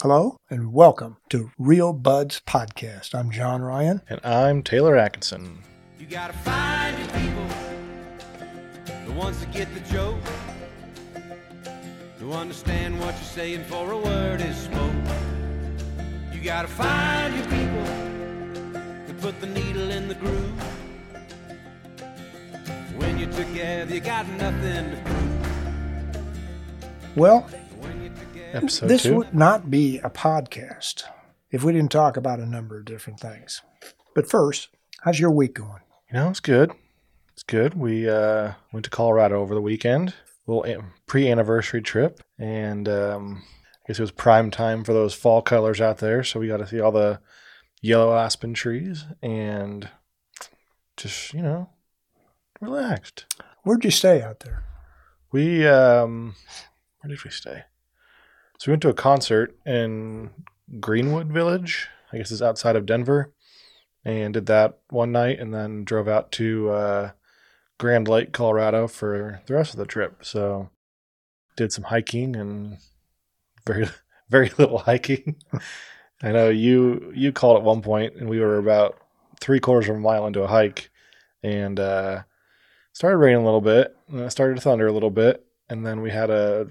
Hello and welcome to Real Buds Podcast. I'm John Ryan. And I'm Taylor Atkinson. You gotta find your people, the ones that get the joke, who understand what you're saying for a word is spoke. You gotta find your people that put the needle in the groove. When you're together, you got nothing to prove. Well, When you're together, Episode this two. would not be a podcast if we didn't talk about a number of different things. But first, how's your week going? You know, it's good. It's good. We uh, went to Colorado over the weekend, little an- pre-anniversary trip, and um, I guess it was prime time for those fall colors out there. So we got to see all the yellow aspen trees and just you know relaxed. Where'd you stay out there? We um where did we stay? So we went to a concert in Greenwood Village, I guess it's outside of Denver, and did that one night and then drove out to uh Grand Lake, Colorado for the rest of the trip. So did some hiking and very very little hiking. I know you you called at one point and we were about three quarters of a mile into a hike and uh started raining a little bit, and then it started to thunder a little bit, and then we had a,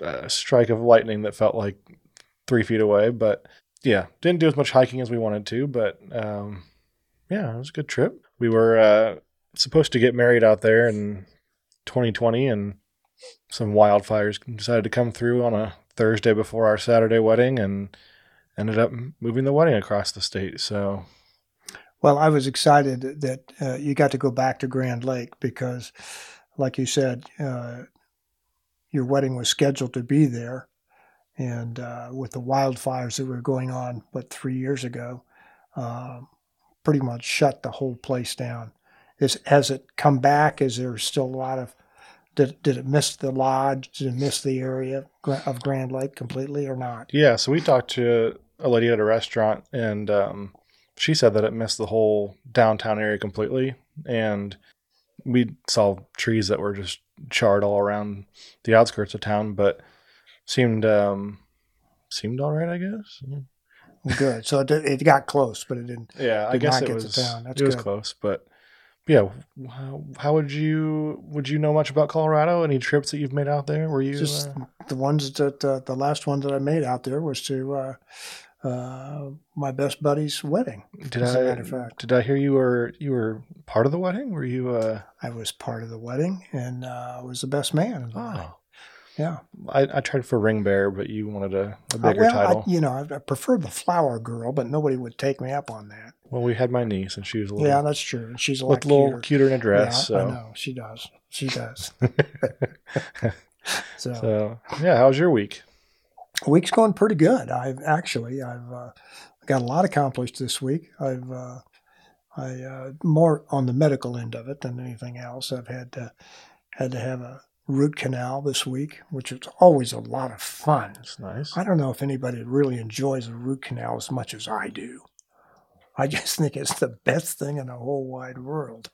a strike of lightning that felt like three feet away. But yeah, didn't do as much hiking as we wanted to, but um, yeah, it was a good trip. We were uh, supposed to get married out there in 2020, and some wildfires decided to come through on a Thursday before our Saturday wedding, and ended up moving the wedding across the state. So Well, I was excited that uh, you got to go back to Grand Lake because, like you said, uh, your wedding was scheduled to be there. And uh, with the wildfires that were going on, what, three years ago, um, pretty much shut the whole place down. Is, has it come back? Is there still a lot of. Did, did it miss the lodge? Did it miss the area gra- of Grand Lake completely or not? Yeah, so we talked to a lady at a restaurant, and um, she said that it missed the whole downtown area completely. And we saw trees that were just charred all around the outskirts of town, but seemed um, seemed all right, I guess. Good. So it, did- it got close, but it didn't. Yeah, I Did guess not it get to was town. it That's was good. close, but yeah. How, how would you would you know much about Colorado? Any trips that you've made out there? Were you just uh, the ones that uh, the last one that I made out there was to uh, uh, my best buddy's wedding. did as a matter of I fact, did I hear you were you were part of the wedding? Were you uh, I was part of the wedding and uh, was the best man. in the Ah, wedding. yeah. Oh. I, I tried for ring bearer, but you wanted a, a Uh, bigger well, title. I, you know, I, I preferred the flower girl, but nobody would take me up on that. well, we had my niece, and she was a little, yeah, that's true. And she's a lot looked a little cuter. cuter in a dress. yeah, I know she does. She does. so. so, yeah, how was your week? week's going pretty good. I've actually I've uh, got a lot accomplished this week. I've uh, I uh, more on the medical end of it than anything else. I've had to, had to have a root canal this week, which is always a lot of fun. It's nice. I don't know if anybody really enjoys a root canal as much as I do. I just think it's the best thing in the whole wide world.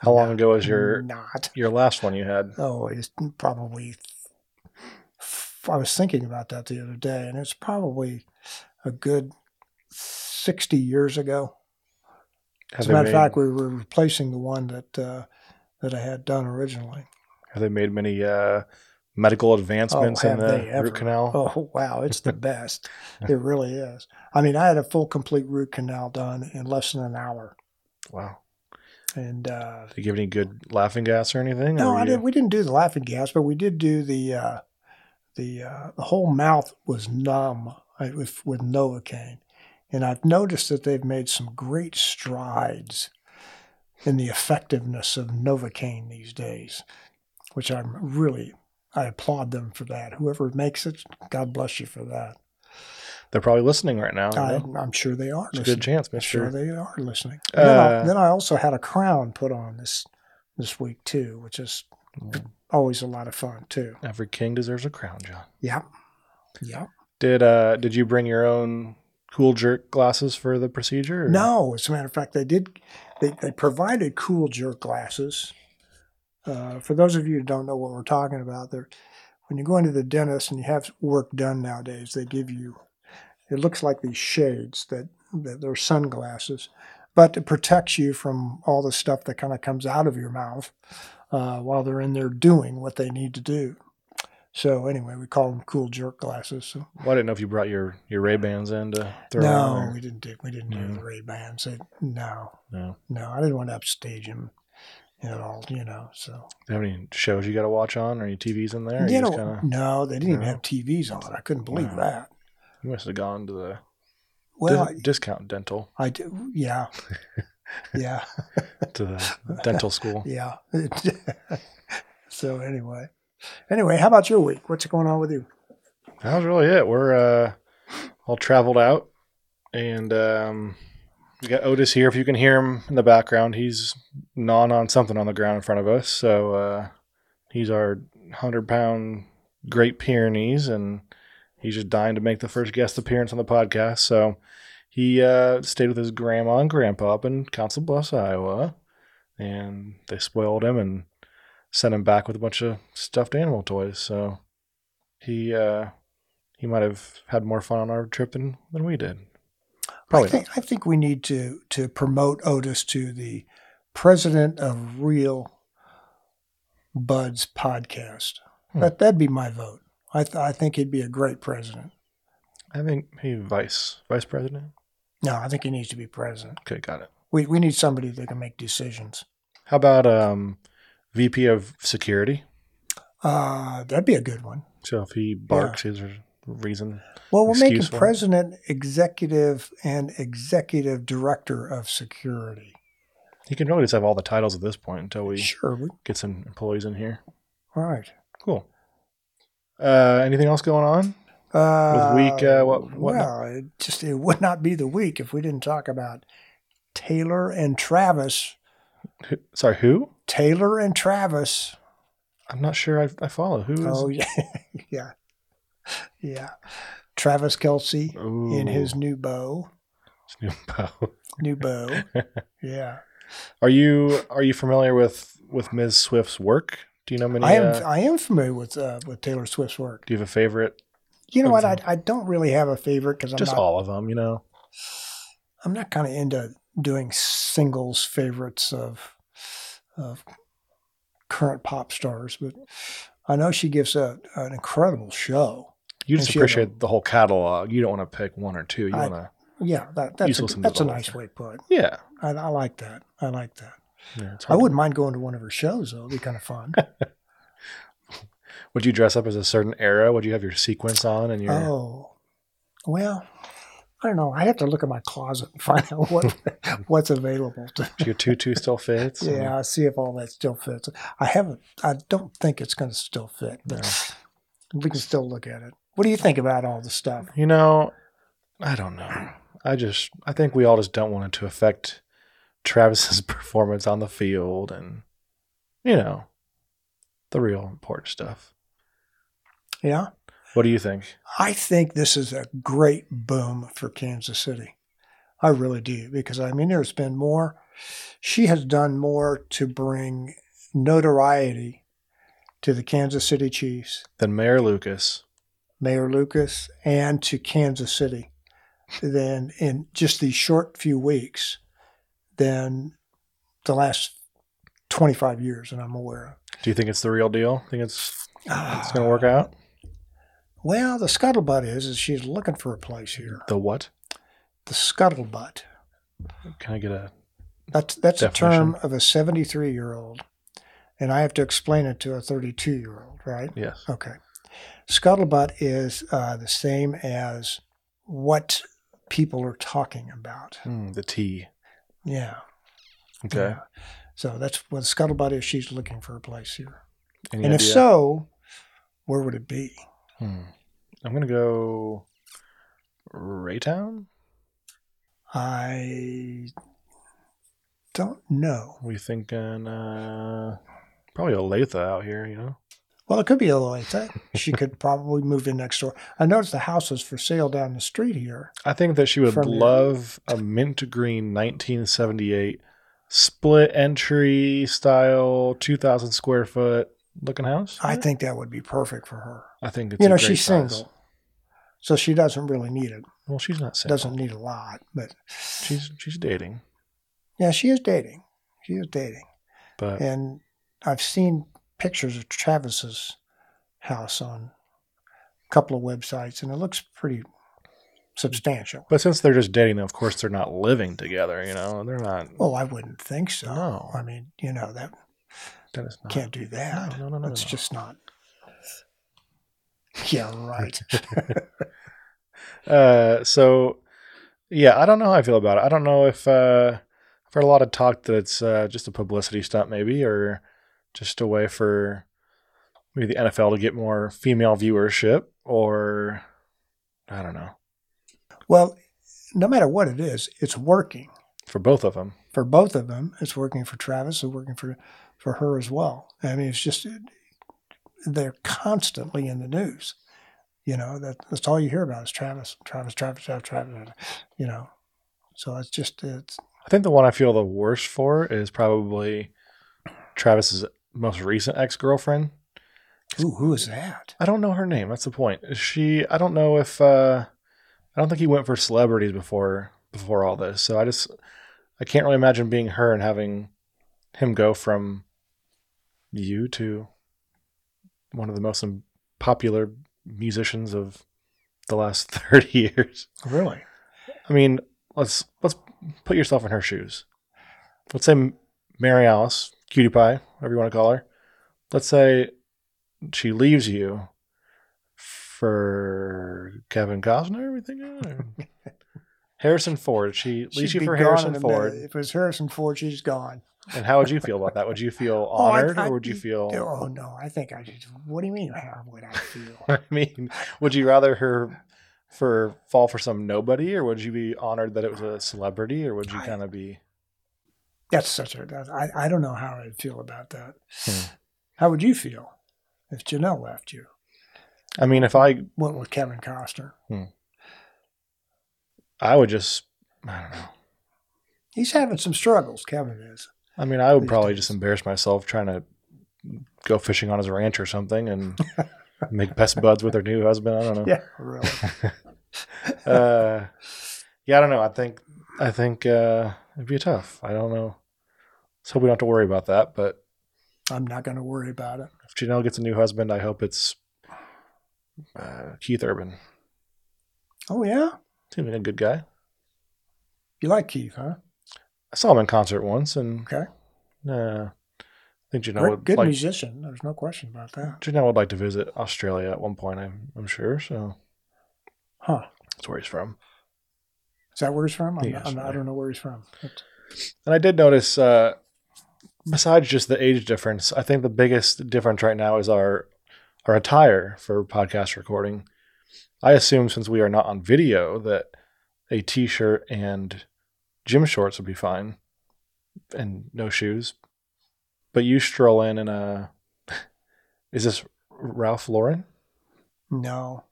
How long ago was your not? your last one you had? oh, it's probably. I was thinking about that the other day, and it's probably a good sixty years ago. Have As a they matter of made- fact, we were replacing the one that uh, that I had done originally. have they made many uh, medical advancements in Oh, have they the ever. root canal? Oh wow, it's the best. it really is. I mean, I had a full, complete root canal done in less than an hour, Wow. and uh, Did they give any good laughing gas or anything? No, or I you- did. We didn't do the laughing gas, but we did do the uh, the uh, the whole mouth was numb uh, with, with Novocaine, and I've noticed that they've made some great strides in the effectiveness of Novocaine these days, which I'm really I applaud them for that. Whoever makes it, God bless you for that. They're probably listening right now. you I, know? I'm sure they are. It's a good listening. chance, I'm Mister. sure they are listening. And then, I, Uh, then I also had a crown put on this this week too, which is always a lot of fun too. Every king deserves a crown, John. Yeah. Yeah. Did uh did you bring your own cool jerk glasses for the procedure? or- No, as a matter of fact, they did. They, they provided cool jerk glasses. Uh, for those of you who don't know what we're talking about, they're when you go into the dentist and you have work done nowadays, they give you It looks like these shades that, that they're sunglasses, but it protects you from all the stuff that kind of comes out of your mouth uh, while they're in there doing what they need to do. So anyway, we call them cool jerk glasses. So Well, I didn't know if you brought your your Ray Bans in to throw on no, there. we didn't do we didn't do No. the Ray Bans. No, No. no, I didn't want to upstage him at all. You know, so Do you have any shows you got to watch on or any TVs in there? you You, know, just kinda, no, they didn't even No. have TVs on. I couldn't believe Wow. that. you must have gone to the Well, dis- discount dental I, I do. Yeah, yeah, to the dental school. yeah. so anyway, anyway, how about your week? What's going on with you? That was really it. We're uh, all traveled out, and um, we got Otis here. If you can hear him in the background, he's gnawing on something on the ground in front of us. So uh, he's our hundred pound Great Pyrenees, and he's just dying to make the first guest appearance on the podcast. So he uh, stayed with his grandma and grandpa up in Council Bluffs, Iowa, and they spoiled him and sent him back with a bunch of stuffed animal toys. So he uh, he might have had more fun on our trip than, than we did. Probably I think, I think we need to to promote Otis to the president of Real Buds podcast. Hmm. That that'd be my vote. I th- I think he'd be a great president. I think he vice vice president. No, I think he needs to be president. Okay, got it. We we need somebody that can make decisions. How about um, VP of security? Uh, that'd be a good one. So if he barks, he's a reason. Well, we'll make him Excuse for it. president, executive, and executive director of security. He can really just have all the titles at this point until we Sure. We, get some employees in here. all right. Cool. Uh, anything else going on? Uh, week, uh, what- what- well, it just it would not be the week if we didn't talk about Taylor and Travis. Who, sorry, who? Taylor and Travis. I'm not sure I, I follow. Who is? Oh yeah, yeah, yeah. Travis Kelsey Oh, in his new bow, new bow. new bow. yeah, Are you are you familiar with with Ms. Swift's work? Do you know many? I am. uh, I am familiar with uh, with Taylor Swift's work. do you have a favorite? You know what? I, Okay. I don't really have a favorite because I'm Just not all of them, you know. I'm not kind of into doing singles favorites of of current pop stars, but I know she gives a, an incredible show. You And just she had a- appreciate the whole catalog. You don't want to pick one or two. You I- want to, Yeah, that, You that's a, still listen to that's the a whole nice thing. way to put. it. yeah. I, I like that. I like that. yeah it's I hard to- wouldn't mind going to one of her shows though. It'd be kind of fun. Would you dress up as a certain era? Would you have your sequence on and your? Oh, well, I don't know. I have to look at my closet and find out what what's available. To, Do your tutu still fits? yeah, I'll see if all that still fits. I haven't. I don't think it's going to still fit, but we can still look at it. What do you think about all the stuff? You know, I don't know. I just, I think we all just don't want it to affect Travis's performance on the field, and you know, the real important stuff. Yeah, What do you think? I think this is a great boom for Kansas City. I really do because I mean, there's been more. She has done more to bring notoriety to the Kansas City Chiefs Then Mayor Lucas. Mayor Lucas and to Kansas City than in just these short few weeks than the last 25 years that I'm aware Do you think it's the real deal? Think it's of. it's gonna work out? Well, the scuttlebutt is, is she's looking for a place here. The what? The scuttlebutt. Can I get a? That's that's a term Definition. of a 73 year old, and I have to explain it to a 32 year old, right? Yes. Okay. Scuttlebutt is uh, the same as what people are talking about. Hmm, the T. Yeah. Okay. Yeah. So that's what scuttlebutt is. She's looking for a place here. Any and if idea? so, where would it be? Hmm. I'm gonna go Raytown. I don't know. We thinking uh, probably Olathe out here, you know. Well, it could be Olathe. she could probably move in next door. I noticed the house is for sale down the street here. I think that she would From your- love a mint green 1978 split entry style 2,000 square foot looking house. I think that would be perfect for her. I think it's you a know, great she's size. single. So she doesn't really need it. Well, she's not single. Doesn't need a lot, but She's she's dating, yeah, she is dating. She is dating. but And I've seen pictures of Travis's house on a couple of websites, and it looks pretty substantial. but since they're just dating, of course they're not living together. You know, they're not. Well, I wouldn't think so. No. I mean, you know, that That is not. can't do that. Oh. No, no, no, no, That's no. just not. Yeah, right. Uh, so yeah, I don't know how I feel about it. I don't know if uh, I've heard a lot of talk that it's uh, just a publicity stunt, maybe, or just a way for maybe the NFL to get more female viewership, or I don't know well, no matter what it is, it's working. for both of them. for both of them. It's working for Travis. It's working for for her as well. I mean, it's just they're constantly in the news. You know that that's all you hear about is Travis, Travis, Travis, Travis, Travis. You know, so it's just it's I think the one I feel the worst for is probably Travis's most recent ex girlfriend. ooh, who is that? I don't know her name. That's the point. Is She. I don't know if. Uh, I don't think he went for celebrities before before all this. So I just. I can't really imagine being her and having him go from you to one of the most im- popular musicians of the last 30 years. Really? I mean, let's let's put yourself in her shoes. Let's say Mary Alice, Cutie Pie, whatever you want to call her. Let's say she leaves you for Kevin Costner. We think or Harrison Ford. She leaves She'd you be for gone Harrison in a Ford. minute. If it was Harrison Ford, she's gone. And how would you feel about that? Would you feel Oh, I- honored, I'd or would you be- feel? Oh no, I think I just. What do you mean? How would I feel? I mean, would you rather her for fall for some nobody, or would you be honored that it was a celebrity, or would you I- kind of be? That's such a. That, I I don't know how I'd feel about that. Hmm. How would you feel if Janelle left you? I mean, if I Went with Kevin Costner. I would just, I don't know. He's having some struggles. Kevin is. I mean, I would These probably days. just embarrass myself trying to go fishing on his ranch or something and make best buds with her new husband. I don't know. Yeah, really. Yeah, uh, yeah I don't know. I think, I think uh, it'd be tough. I don't know. Let's hope we don't have to worry about that. But I'm not going to worry about it. if Janelle gets a new husband, I hope it's uh, Keith Urban. Oh yeah, Seems like a good guy. you like Keith, huh? I saw him in concert once, and Okay. uh, I think Janelle Great- would good like musician. There's no question about that. Janelle would like to visit Australia at one point, I'm, I'm sure. So Huh? that's where he's from. Is that where he's from? I'm, He not- is I'm not- I from don't know where he's from. But- And I did notice, uh, besides just the age difference, I think the biggest difference right now is our our attire for podcast recording. I assume since we are not on video that a t-shirt and gym shorts would be fine, and no shoes. But you stroll in in a. Is this Ralph Lauren? no.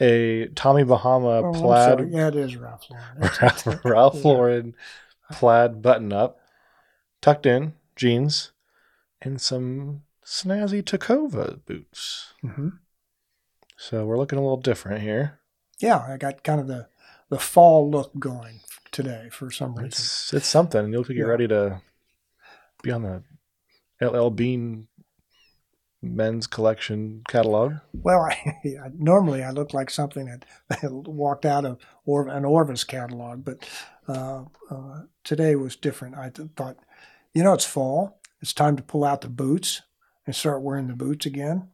A Tommy Bahama Oh, I'm plaid sorry. Yeah, it is Ralph Lauren. That's- Ralph, Ralph Yeah. Lauren plaid button up, tucked in jeans, and some snazzy Takova boots. Mhm. So we're looking a little different here. Yeah, I got kind of the the fall look going today for some reason. It's it's something. You look like you're Yeah. ready to be on the LL Bean men's collection catalog. Well, I, I, normally I look like something that that walked out of or, an Orvis catalog, but uh, uh, today was different. I th- thought, you know, it's fall. It's time to pull out the boots and start wearing the boots again.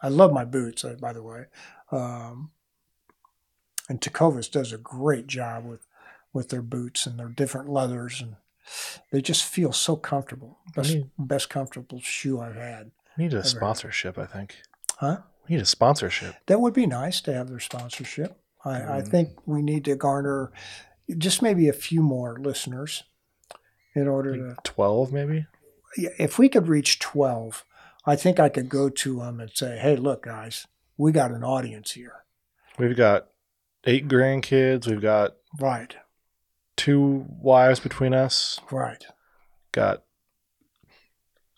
I love my boots, uh, by the way. Um, and Takovas does a great job with with their boots and their different leathers, and they just feel so comfortable. Best, Mm. best comfortable shoe I've had. We need a heard. sponsorship, I think. Huh? We need a sponsorship. that would be nice to have their sponsorship. I, I Mm. think we need to garner just maybe a few more listeners in order to. Like Twelve, maybe. Yeah, If we could reach 12, I think I could go to them and say, hey, look, guys, we got an audience here. We've got eight grandkids. We've got Right, two wives between us. right. got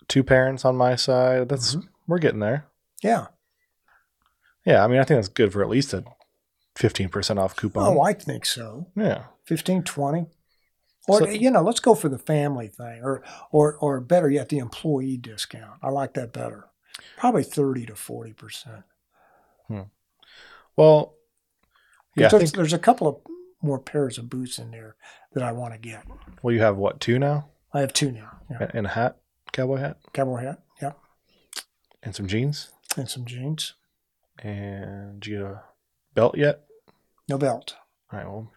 two parents on my side. Mm-hmm. That's we're getting there. Yeah. Yeah, I mean, I think that's good for at least a 15% off coupon. Oh, I think so. yeah. 15, 20. Or, So- you know, let's go for the family thing or, or, or better yet, the employee discount. I like that better. Probably 30 to 40%. Well, yeah, I there's, think, there's a couple of more pairs of boots in there that I want to get. well, you have what, two now? I have two now. Yeah. And- And a hat, cowboy hat, Cowboy hat. Yeah. and some jeans. And some jeans. And you get a belt yet? No belt. All right, well,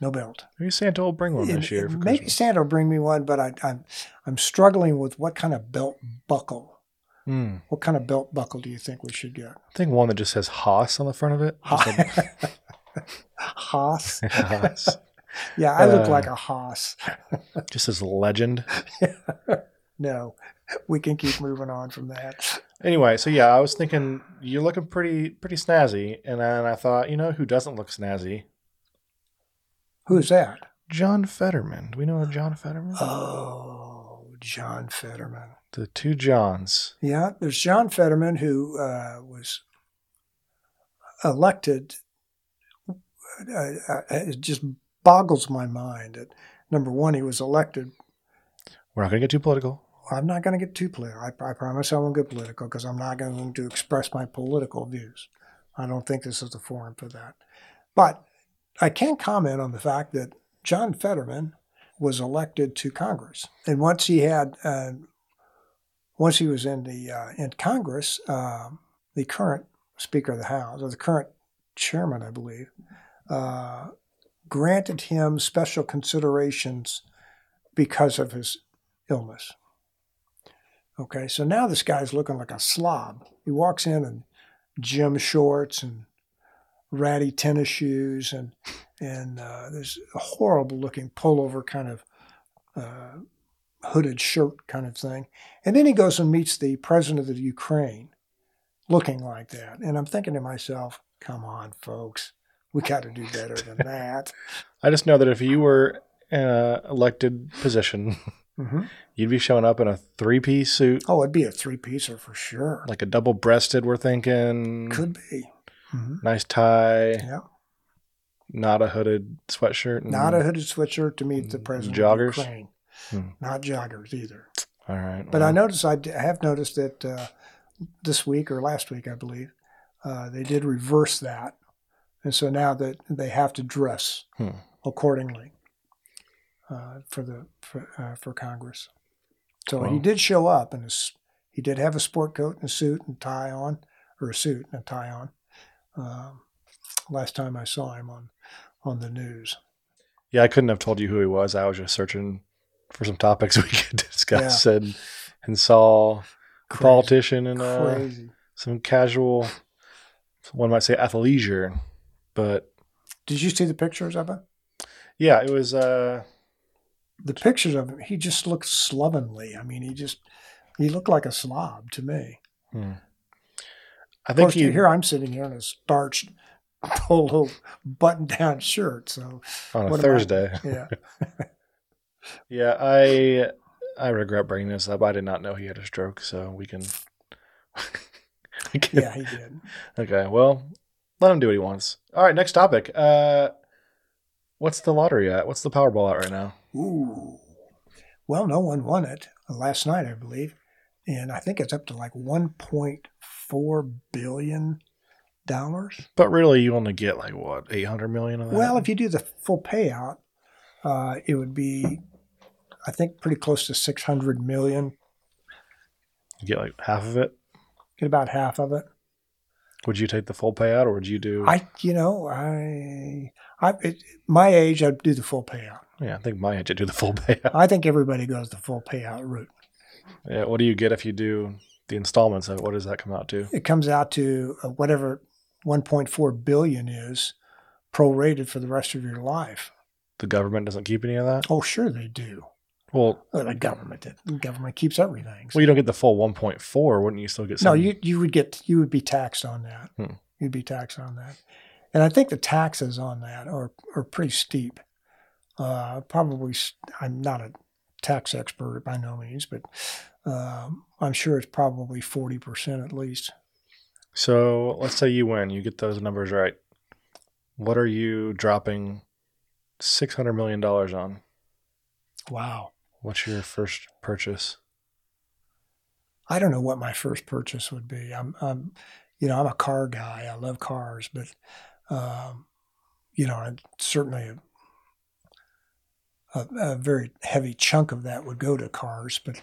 No belt. maybe Santa will bring one It- this year. it- For maybe Christmas. Santa will bring me one, but I, I'm, I'm struggling with what kind of belt buckle. Hmm. What kind of belt buckle do you think we should get? I think one that just says Haas on the front of it. Just a- Haas. Haas. Yeah, I look Uh, like a Haas. Just says legend. No, we can keep moving on from that. Anyway, so yeah, I was thinking you're looking pretty pretty snazzy, and then I thought, you know, who doesn't look snazzy? Who's that? John Fetterman. Do we know a John Fetterman? Uh. Oh, John Fetterman. the two Johns. Yeah, there's John Fetterman who uh, was elected. Uh, uh, it just boggles my mind that number one, he was elected. We're not gonna get too political. I'm not going to get too political. I, I promise I won't get political because I'm not going to express my political views. I don't think this is the forum for that. But I can comment on the fact that John Fetterman was elected to Congress, and once he had, uh, once he was in the uh, in Congress, um, the current Speaker of the House, or the current Chairman, I believe, uh, granted him special considerations because of his illness. Okay, so now this guy's looking like a slob. He walks in in gym shorts and ratty tennis shoes and and uh, this horrible looking pullover kind of uh, hooded shirt kind of thing. And then he goes and meets the president of the Ukraine, looking like that. And I'm thinking to myself, come on, folks, we got to do better than that. I just know that if you were in a elected position, hmm you'd be showing up in a three piece suit, Oh, it'd be a three piecer for sure. like mm. a double breasted. We're thinking Could be. hmm nice tie, Yeah. not a hooded sweatshirt. and- not a hooded sweatshirt to meet the Mm-hmm. Mm, president joggers? of Ukraine. Hmm. Not joggers either. All right, But I well, noticed, I d- I have noticed that uh, this week or last week, I believe, uh, they did reverse that, and so now that they have to dress Hmm. accordingly uh, for the for, uh, for Congress. So he Well. did show up, and his, he did have a sport coat and a suit and tie on, or a suit and a tie on. Um, last time I saw him on on the news. Yeah, I couldn't have told you who he was. I was just searching for some topics we could discuss and and saw a Crazy. politician and uh, Crazy. some casual, one might say athleisure, but Did you see the pictures of him? yeah, it was. Uh, The pictures of him, he just looked slovenly. I mean, he just he looked like a slob to me. I Of course, think he. here I'm sitting here in a starched polo button-down shirt. So on a what am I- Thursday. yeah, Yeah, I I regret bringing this up. I did not know he had a stroke, so we can. we can- yeah, he did. Okay. Well, let him do what he wants. All right. Next topic. Uh, what's the lottery at? What's the Powerball at right now? Ooh. Well, no one won it last night, I believe, and I think it's up to like 1.4 billion dollars. But really, you only get like what eight hundred million of that. Well, if you do the full payout, uh, it would be, I think, pretty close to 600 million. you get like half of it, Get about half of it. would you take the full payout or would you do? I, you know, I, I, it, my age, I'd do the full payout. yeah, I think my age would do the full payout. I think everybody goes the full payout route. Yeah, what do you get if you do the installments of it? What does that come out to? It comes out to uh, whatever 1.4 billion is prorated for the rest of your life. The government doesn't keep any of that. Oh, sure they do. Well, Well, the government, did. the government keeps everything. well, you don't get the full one point four, wouldn't you? Still get No, some? you you would get you would be taxed on that. Hmm. You'd be taxed on that, and I think the taxes on that are are pretty steep. Uh, probably, s- I'm not a tax expert by no means, but um, I'm sure it's probably forty percent at least. So let's say you win, you get those numbers right. What are you dropping six hundred million dollars on? Wow. What's your first purchase? I don't know what my first purchase would be. I'm, I'm you know, I'm a car guy. I love cars, but, um, you know, I certainly a, a, a very heavy chunk of that would go to cars, but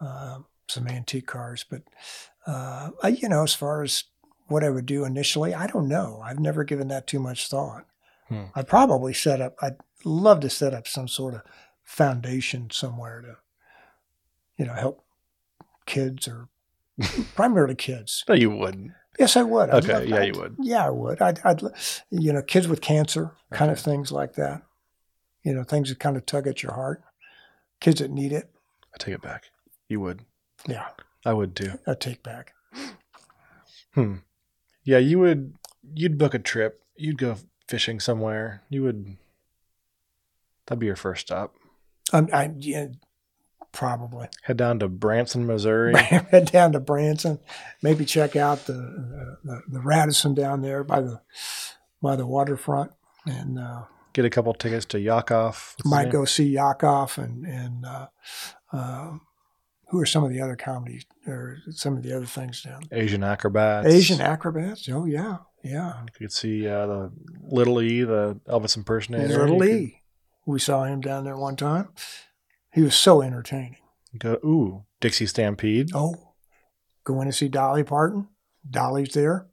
uh, some antique cars. But uh, I, you know, as far as what I would do initially, I don't know. I've never given that too much thought. Hmm. I probably set up. I'd love to set up some sort of foundation somewhere to, you know, help kids or primarily kids. No, you wouldn't. Yes, I would. I'd Okay, love- yeah, I'd- you would. Yeah, I would. I'd, I'd l- you know, kids with cancer, kind of Okay. things like that. You know, things that kind of tug at your heart. Kids that need it. I take it back. You would. Yeah, I would too. I take back. Yeah, you would. You'd book a trip. You'd go fishing somewhere. You would. That'd be your first stop. Um, I yeah, probably Head down to Branson, Missouri. head down to Branson, maybe check out the, uh, the the Radisson down there by the by the waterfront, and uh, get a couple tickets to Yakov. What's his might name? go see Yakov and and uh, uh, who are some of the other comedies or some of the other things down Asian acrobats. Asian acrobats. Oh yeah, yeah. You could see uh, the Little E, the Elvis impersonator. Little You E, we saw him down there one time. He was so entertaining. could Go ooh Dixie Stampede. Oh, going to see Dolly Parton. Dolly's there.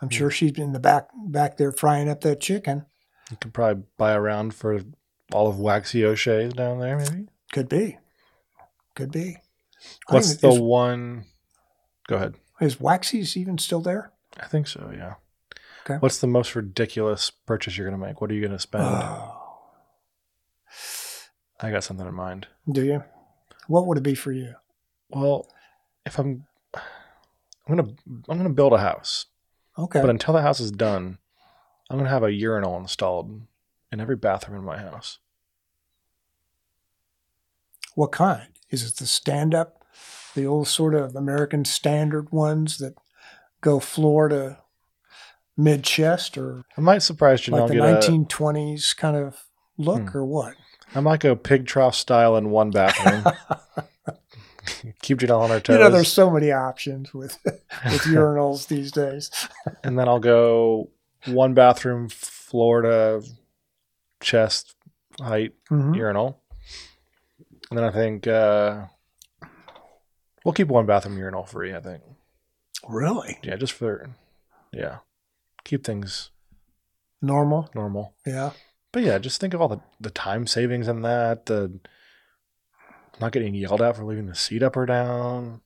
I'm Hmm. sure she's in the back back there frying up that chicken. You could probably buy a round for all of Waxy O'Shea's down there. Maybe. Could be, could be. I What's don't the even- one? Go ahead. is, is Waxy's even still there? I think so. Yeah. Okay. What's the most ridiculous purchase you're gonna make? What are you gonna spend? Oh, I got something in mind. do you? What would it be for you? Well, if I'm, I'm gonna I'm gonna build a house, Okay. but until the house is done, I'm gonna have a urinal installed in every bathroom in my house. what kind? Is it the stand up, the old sort of American standard ones that go floor to mid chest or I might surprise you. and like I'll the get a, Hmm. 1920s kind of look or what? I might go pig trough style in one bathroom. Keep Janelle on her toes. You know, there's so many options with with urinals these days. and then I'll go one bathroom, Florida, chest height Mhm. urinal. And then I think uh, we'll keep one bathroom urinal free. I think. Really Yeah, just for yeah, keep things normal? normal. Yeah, But yeah, just think of all the, the time savings in that. The not getting yelled at for leaving the seat up or down.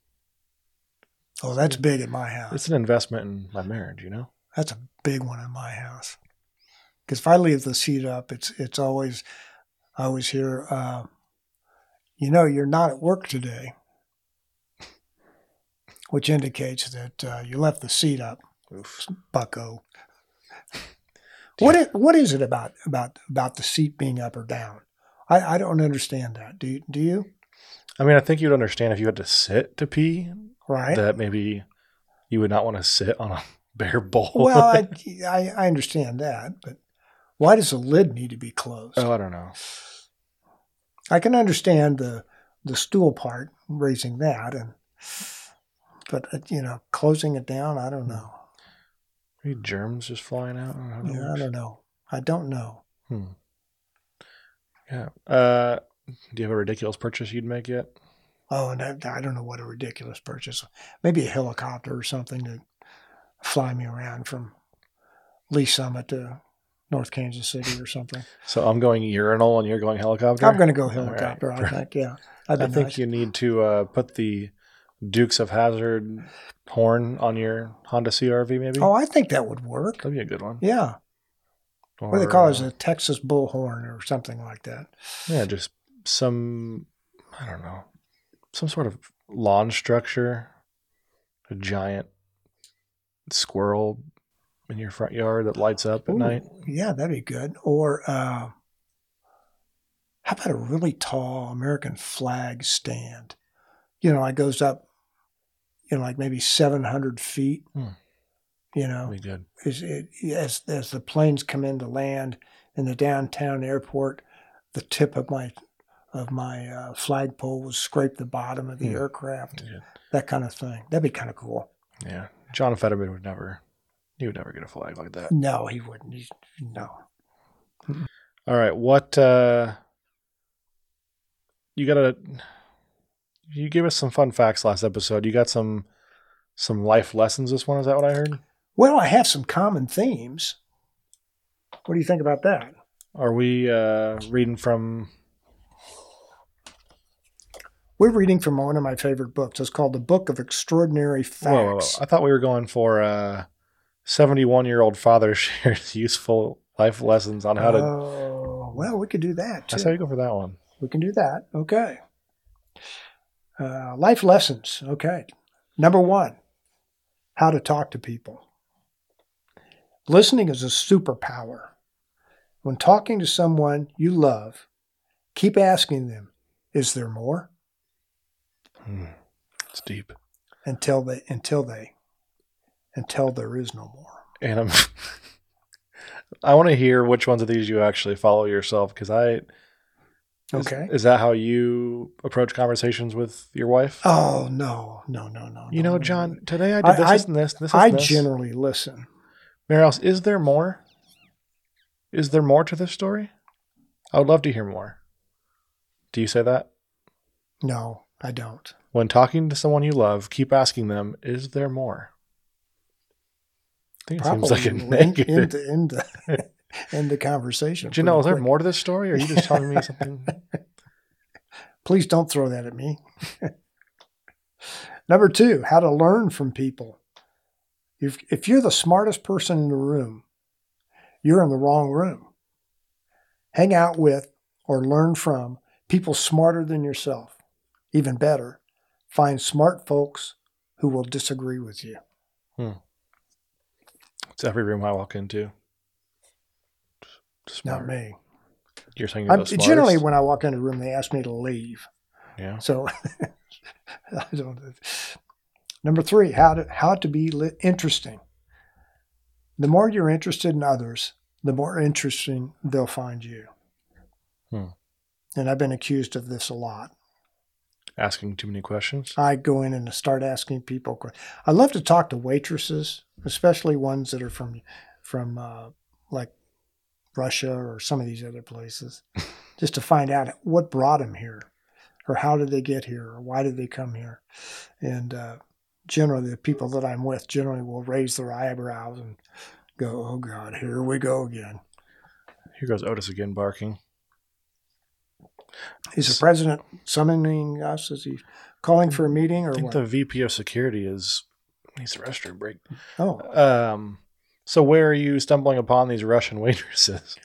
Oh, that's big at my house. It's an investment in my marriage, you know. That's a big one in my house. Because if I leave the seat up, it's it's always I always hear, uh, you know, you're not at work today, which indicates that uh, you left the seat up, Bucko. What is, what is it about about about the seat being up or down? I, I don't understand that. Do you, do you? I mean, I think you'd understand if you had to sit to pee Right. that maybe you would not want to sit on a bare bowl. well, I, I I understand that, but why does the lid need to be closed? oh, I don't know. I can understand the the stool part raising that, and but uh, you know, closing it down, I don't know. Maybe germs just flying out. I don't know how that Yeah, I works. don't know. I don't know. Yeah. Uh, do you have a ridiculous purchase you'd make yet? Oh, and I, I don't know what a ridiculous purchase. Maybe a helicopter or something to fly me around from Lee Summit to North Kansas City or something. So I'm going urinal and you're going helicopter. I'm going to go right. helicopter. I think. Yeah, I that'd be think nice. you need to uh, put the Dukes of Hazard horn on your Honda CRV, maybe. Oh, I think that would work. That'd be a good one. Yeah, Or, what do they call it? uh, A Texas bullhorn or something like that. Yeah, just some, I don't know, some sort of lawn structure, a giant squirrel in your front yard that lights up at Ooh, night. Yeah, that'd be good. Or uh, how about a really tall American flag stand? You know, it goes up, you know, like maybe 700 feet. Hmm. you know, be good. is it, as as the planes come in to land in the downtown airport, the tip of my of my uh, flagpole would scrape the bottom of the Hmm. aircraft, Yeah. that kind of thing. That'd be kind of cool. Yeah. John Fetterman would never, he would never get a flag like that. No, he wouldn't. He, no. All right. What, uh, you got to, you gave us some fun facts last episode. You got some, some life lessons this one. Is that what I heard? Well, I have some common themes. What do you think about that? Are we, uh, reading from, We're reading from one of my favorite books. It's called The Book of Extraordinary Facts. whoa, whoa, whoa. I thought we were going for, uh, 71 year old father shares useful life lessons on how to, Oh, well, we could do that I too. say we go for that one. We can do that. Okay. Uh, life lessons. Okay. Number one, how to talk to people. Listening is a superpower. When talking to someone you love, keep asking them, is there more? Hmm. It's deep. Until they, until they, until there is no more. and I'm I want to hear which ones of these you actually follow yourself because I is- Okay. is, that how you approach conversations with your wife? Oh, no, no, no, no. you no, know, no, John, today I I- did this, I- this, and this, this, no. I and this. generally listen. Mary Alice, is there more? Is there more to this story? I would love to hear more. Do you say that No, I don't. when talking to someone you love? Keep asking them, "Is there more?" I think it seems like a end, negative. end, end, the- end the conversation. Janelle, is there pretty quick. more to this story? Or are you just telling me something? Please don't throw that at me. Number two, how to learn from people. If, if you're the smartest person in the room, you're in the wrong room. Hang out with or learn from people smarter than yourself. Even better, find smart folks who will disagree with you. It's every room I walk into. Not Smart. me. You're saying you're I'm, the smartest? generally, when I walk into a room, they ask me to leave. yeah. So I don't. Number three, how to how to be li- interesting. The more you're interested in others, the more interesting they'll find you. Hmm. And I've been accused of this a lot. Asking too many questions. I go in and start asking people. que- I love to talk to waitresses, especially ones that are from from uh, like Russia or some of these other places, just to find out what brought them here, or how did they get here, or why did they come here. And uh, generally, the people that I'm with generally will raise their eyebrows and go, "Oh God, here we go again." Here goes Otis again barking. Is the president summoning us? Is he calling for a meeting or I think what? the VP of security is needs a restroom break. oh, Um, so where are you stumbling upon these Russian waitresses?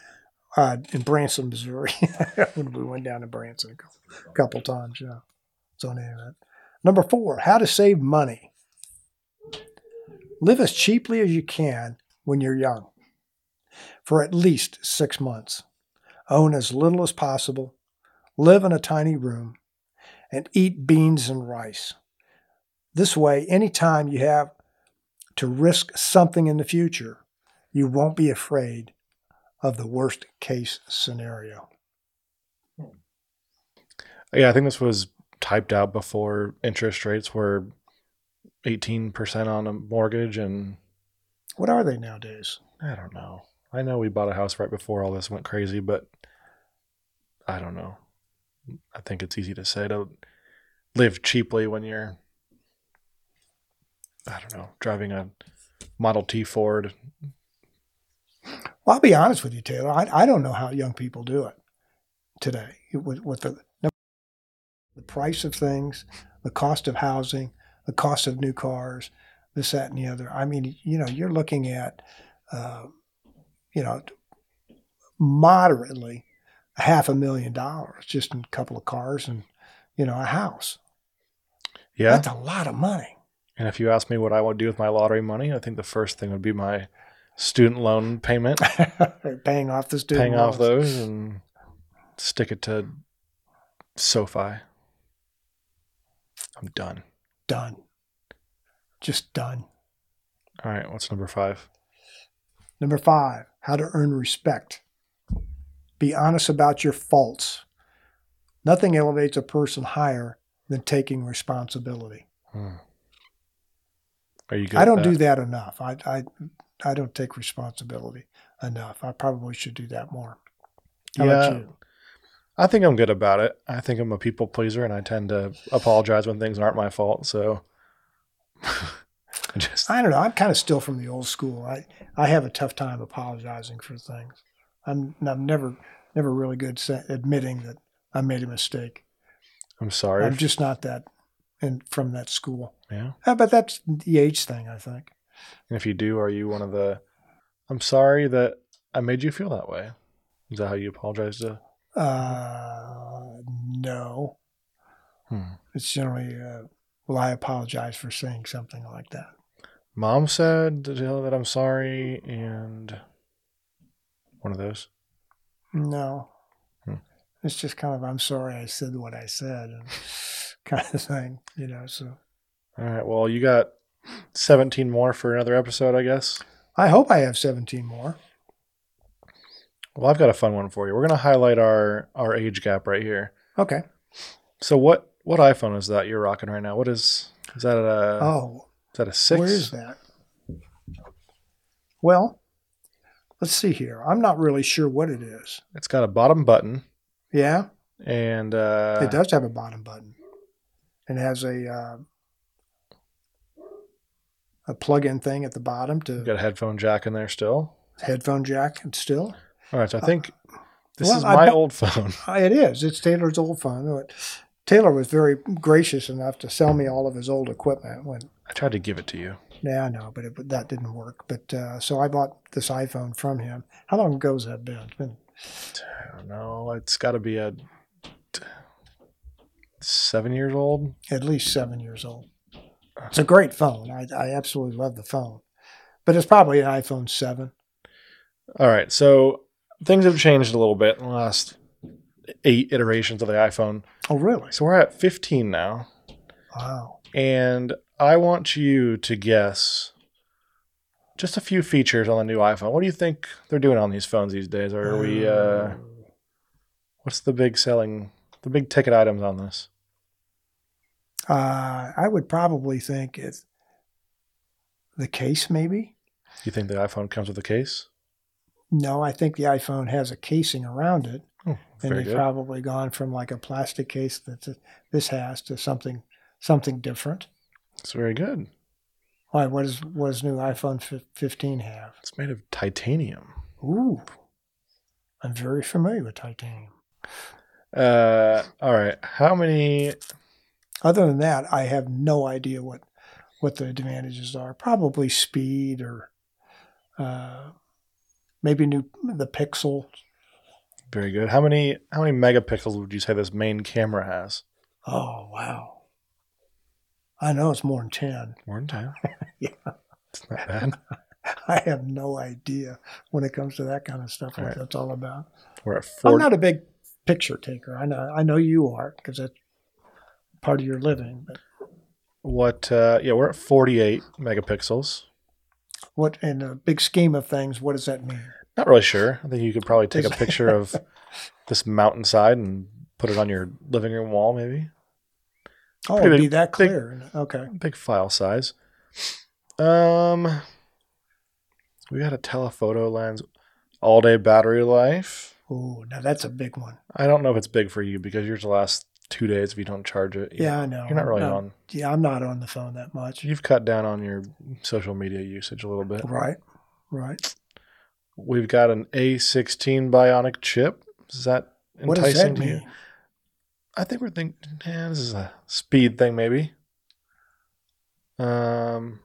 uh, in Branson, Missouri. when we went down to Branson a couple, couple times, yeah. So anyway, number four, how to save money. Live as cheaply as you can when you're young, for at least six months. Own as little as possible. Live in a tiny room, and eat beans and rice. This way, anytime you have to risk something in the future, you won't be afraid of the worst case scenario. Yeah, I think this was typed out before interest rates were 18% on a mortgage and What are they nowadays? I don't know. I know we bought a house right before all this went crazy, but I don't know. I think it's easy to say to live cheaply when you're, I don't know, driving a Model T Ford. Well, I'll be honest with you, Taylor. I, I don't know how young people do it today with, with the, the price of things, the cost of housing, the cost of new cars, this, that, and the other. I mean, you know, you're looking at, uh, you know, moderately half a million dollars just in a couple of cars and, you know, a house. Yeah. That's a lot of money. And if you ask me what I would do with my lottery money, I think the first thing would be my student loan payment, paying off this dude. paying off those and stick it to SoFi. I'm done. done. Just done. All right, what's number five? Number five, how to earn respect. Be honest about your faults. Nothing elevates a person higher than taking responsibility. Hmm. Are you good? I at don't do that enough. I, I, I don't take responsibility enough. I probably should do that more. How about Yeah. you? I think I'm good about it. I think I'm a people pleaser, and I tend to apologize when things aren't my fault. So, I just I don't know. I'm kind of still from the old school. I, I have a tough time apologizing for things. I'm, I'm never, never really good sa- admitting that I made a mistake. I'm sorry. I'm just not that and from that school. yeah. Uh, but that's the age thing, I think. And if you do, are you one of the? I'm sorry that I made you feel that way. Is that how you apologize to? Uh, no, Hmm. it's generally, uh, well, I apologize for saying something like that. Mom said to tell her that I'm sorry, and one of those. No, Hmm. it's just kind of, I'm sorry I said what I said and kind of thing, you know. So All right. Well, you got 17 more for another episode, I guess. I hope I have 17 more. Well, I've got a fun one for you. We're gonna highlight our our age gap right here. Okay. So what what iPhone is that you're rocking right now? What is is that a oh, is that a Uh, six? where is that? Well, let's see here. I'm not really sure what it is. It's got a bottom button Yeah. and uh, it does have a bottom button and has a uh, a plug-in thing at the bottom to got a headphone jack in there still. headphone jack and still All right, so I think this Uh, well, is I my bet- old phone. Uh, it is it's taylor's old phone But taylor was very gracious enough to sell me all of his old equipment when I tried to give it to you. yeah i know but it, that didn't work but uh, so i bought this iphone from him how long ago has that been It's been- I don't know. It's got to be a t- seven years old. at least seven years old. It's a great phone. I, I absolutely love the phone, but it's probably an iPhone seven. All right, so things have changed a little bit in the last eight iterations of the iPhone. Oh, really? So we're at 15 now. Wow. and I want you to guess just a few features on the new iPhone. What do you think they're doing on these phones these days? Are we? Uh, what's the big selling, the big ticket items on this? Uh, I would probably think it's the case, maybe. You think the iPhone comes with a case? No, I think the iPhone has a casing around it, Oh, and very they've good. probably gone from like a plastic case that th- this has to something something different. It's very good. All right, what does what does new iPhone fif- 15 have? It's made of titanium. Ooh, I'm very familiar with titanium. Uh, all right. How many? Other than that, I have no idea what what the advantages are. Probably speed or uh, maybe new the Pixel Very good. How many? How many megapixels would you say this main camera has? Oh wow! I know it's more than ten. More than ten. Yeah. it's not bad. I have no idea when it comes to that kind of stuff what Right. that's all about. We're at I'm four. not a big picture taker. I know I know you are because that's part of your living. But what? Uh, yeah, we're at forty-eight megapixels. what in the big scheme of things, what does that mean? Not really sure. I think you could probably take a Is- picture of this mountainside and put it on your living room wall, maybe. Oh, Pretty it'd be big- that big- clear. okay. Big file size. Um, we got a telephoto lens, all day battery life. Oh, now that's a big one. I don't know if it's big for you because yours will last two days if you don't charge it. Yeah, I know. You're not really No. on. Yeah, I'm not on the phone that much. You've cut down on your social media usage a little bit. Right. Right. We've got an A16 bionic chip. Is that enticing What does that to you? mean? I think we're thinking, yeah, this is a speed thing, maybe. Um,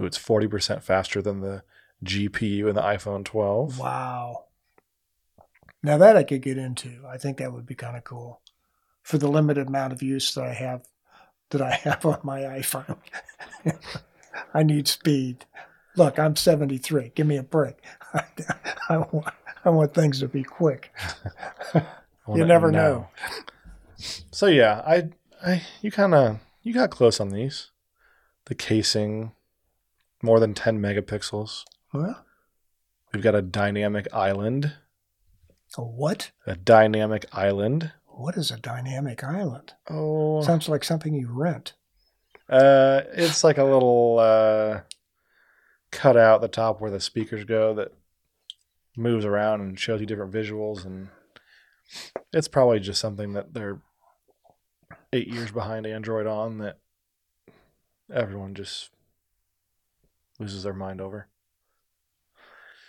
ooh, it's forty percent faster than the GPU in the iPhone 12. Wow. Now that I could get into, I think that would be kind of cool for the limited amount of use that I have that I have on my iPhone. I need speed. Look, I'm 73. Give me a break. I, want, I want things to be quick. I want You it never now. know. So yeah, I, I, you kind of, you got close on these. The casing, more than 10 megapixels. Well, We've got a dynamic island. a what? A dynamic island. What is a dynamic island? Oh, Sounds like something you rent. uh, it's like a little uh, cutout at the top where the speakers go that moves around and shows you different visuals, and it's probably just something that they're eight years behind Android on that everyone just loses their mind over.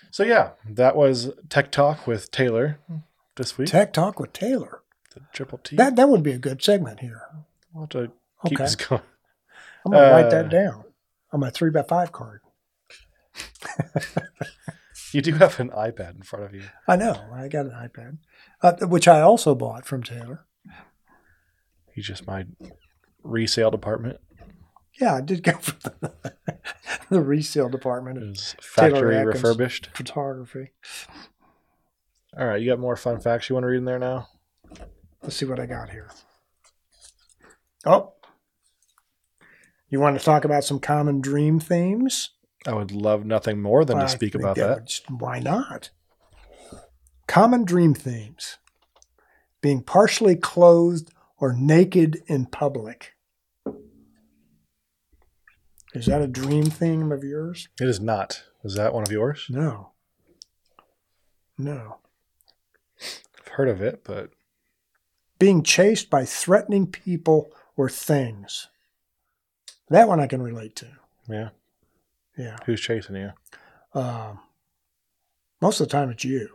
So yeah, that was Tech Talk with Taylor this week. Tech Talk with Taylor. the triple T. That that would be a good segment here. we'll have to keep Okay. this going. I'm gonna write Uh, that down on my three by five card. You do have an iPad in front of you. I know. I got an iPad, uh, which I also bought from Taylor. He's just my resale department. Yeah, I did go from the, the resale department of Is factory Atkins. refurbished. photography. All right, you got more fun facts you want to read in there now? Let's see what I got here. Oh, you want to talk about some common dream themes? I would love nothing more than I to speak think about that. would just- why not? Common dream themes being partially clothed or naked in public. Is that a dream theme of yours? It is not. Is that one of yours? No. No. I've heard of it, but Being chased by threatening people or things. That one I can relate to. yeah, Yeah. who's chasing you? Um, most of the time it's you.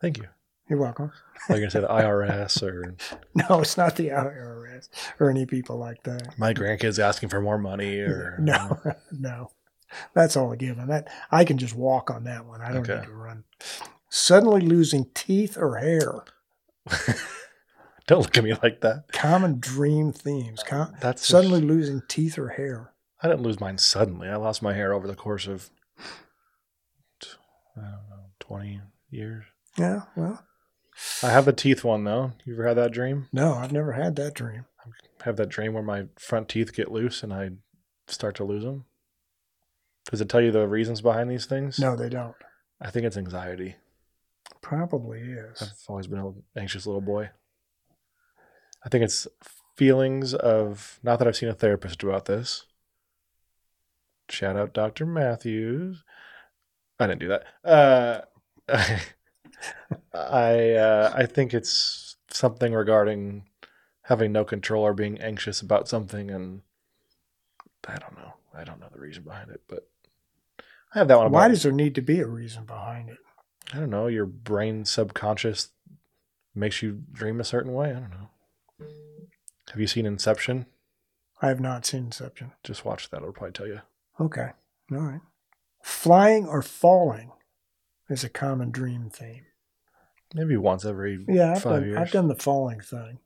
Thank you. You're welcome. Are you gonna say the IRS or No, it's not the IRS or any people like that. my grandkids asking for more money or no, no, that's all a given. That I can just walk on that one. I don't Okay. need to run. Suddenly losing teeth or hair. Don't look at me like that. Common dream themes. Com- That's Uh, suddenly losing teeth or hair. I didn't lose mine suddenly. I lost my hair over the course of t- I don't know twenty years. Yeah, well, I have the teeth one though. You ever had that dream? no, I've never had that dream. Have that dream where my front teeth get loose and I start to lose them? Does it tell you the reasons behind these things? No, they don't. I think it's anxiety. Probably is. I've always been an anxious little boy. I think it's feelings of not that I've seen a therapist about this. Shout out Dr. Matthews. I didn't do that. Uh, I uh, I think it's something regarding having no control or being anxious about something, and I don't know. I don't know the reason behind it, but I have that one. Why about- does there need to be a reason behind it? I don't know, your brain subconscious makes you dream a certain way. I don't know. Have you seen Inception? I have not seen Inception. Just watch that. It'll probably tell you. Okay, all right. Flying or falling is a common dream theme. Maybe once every Yeah, I've five done, years. I've done the falling thing.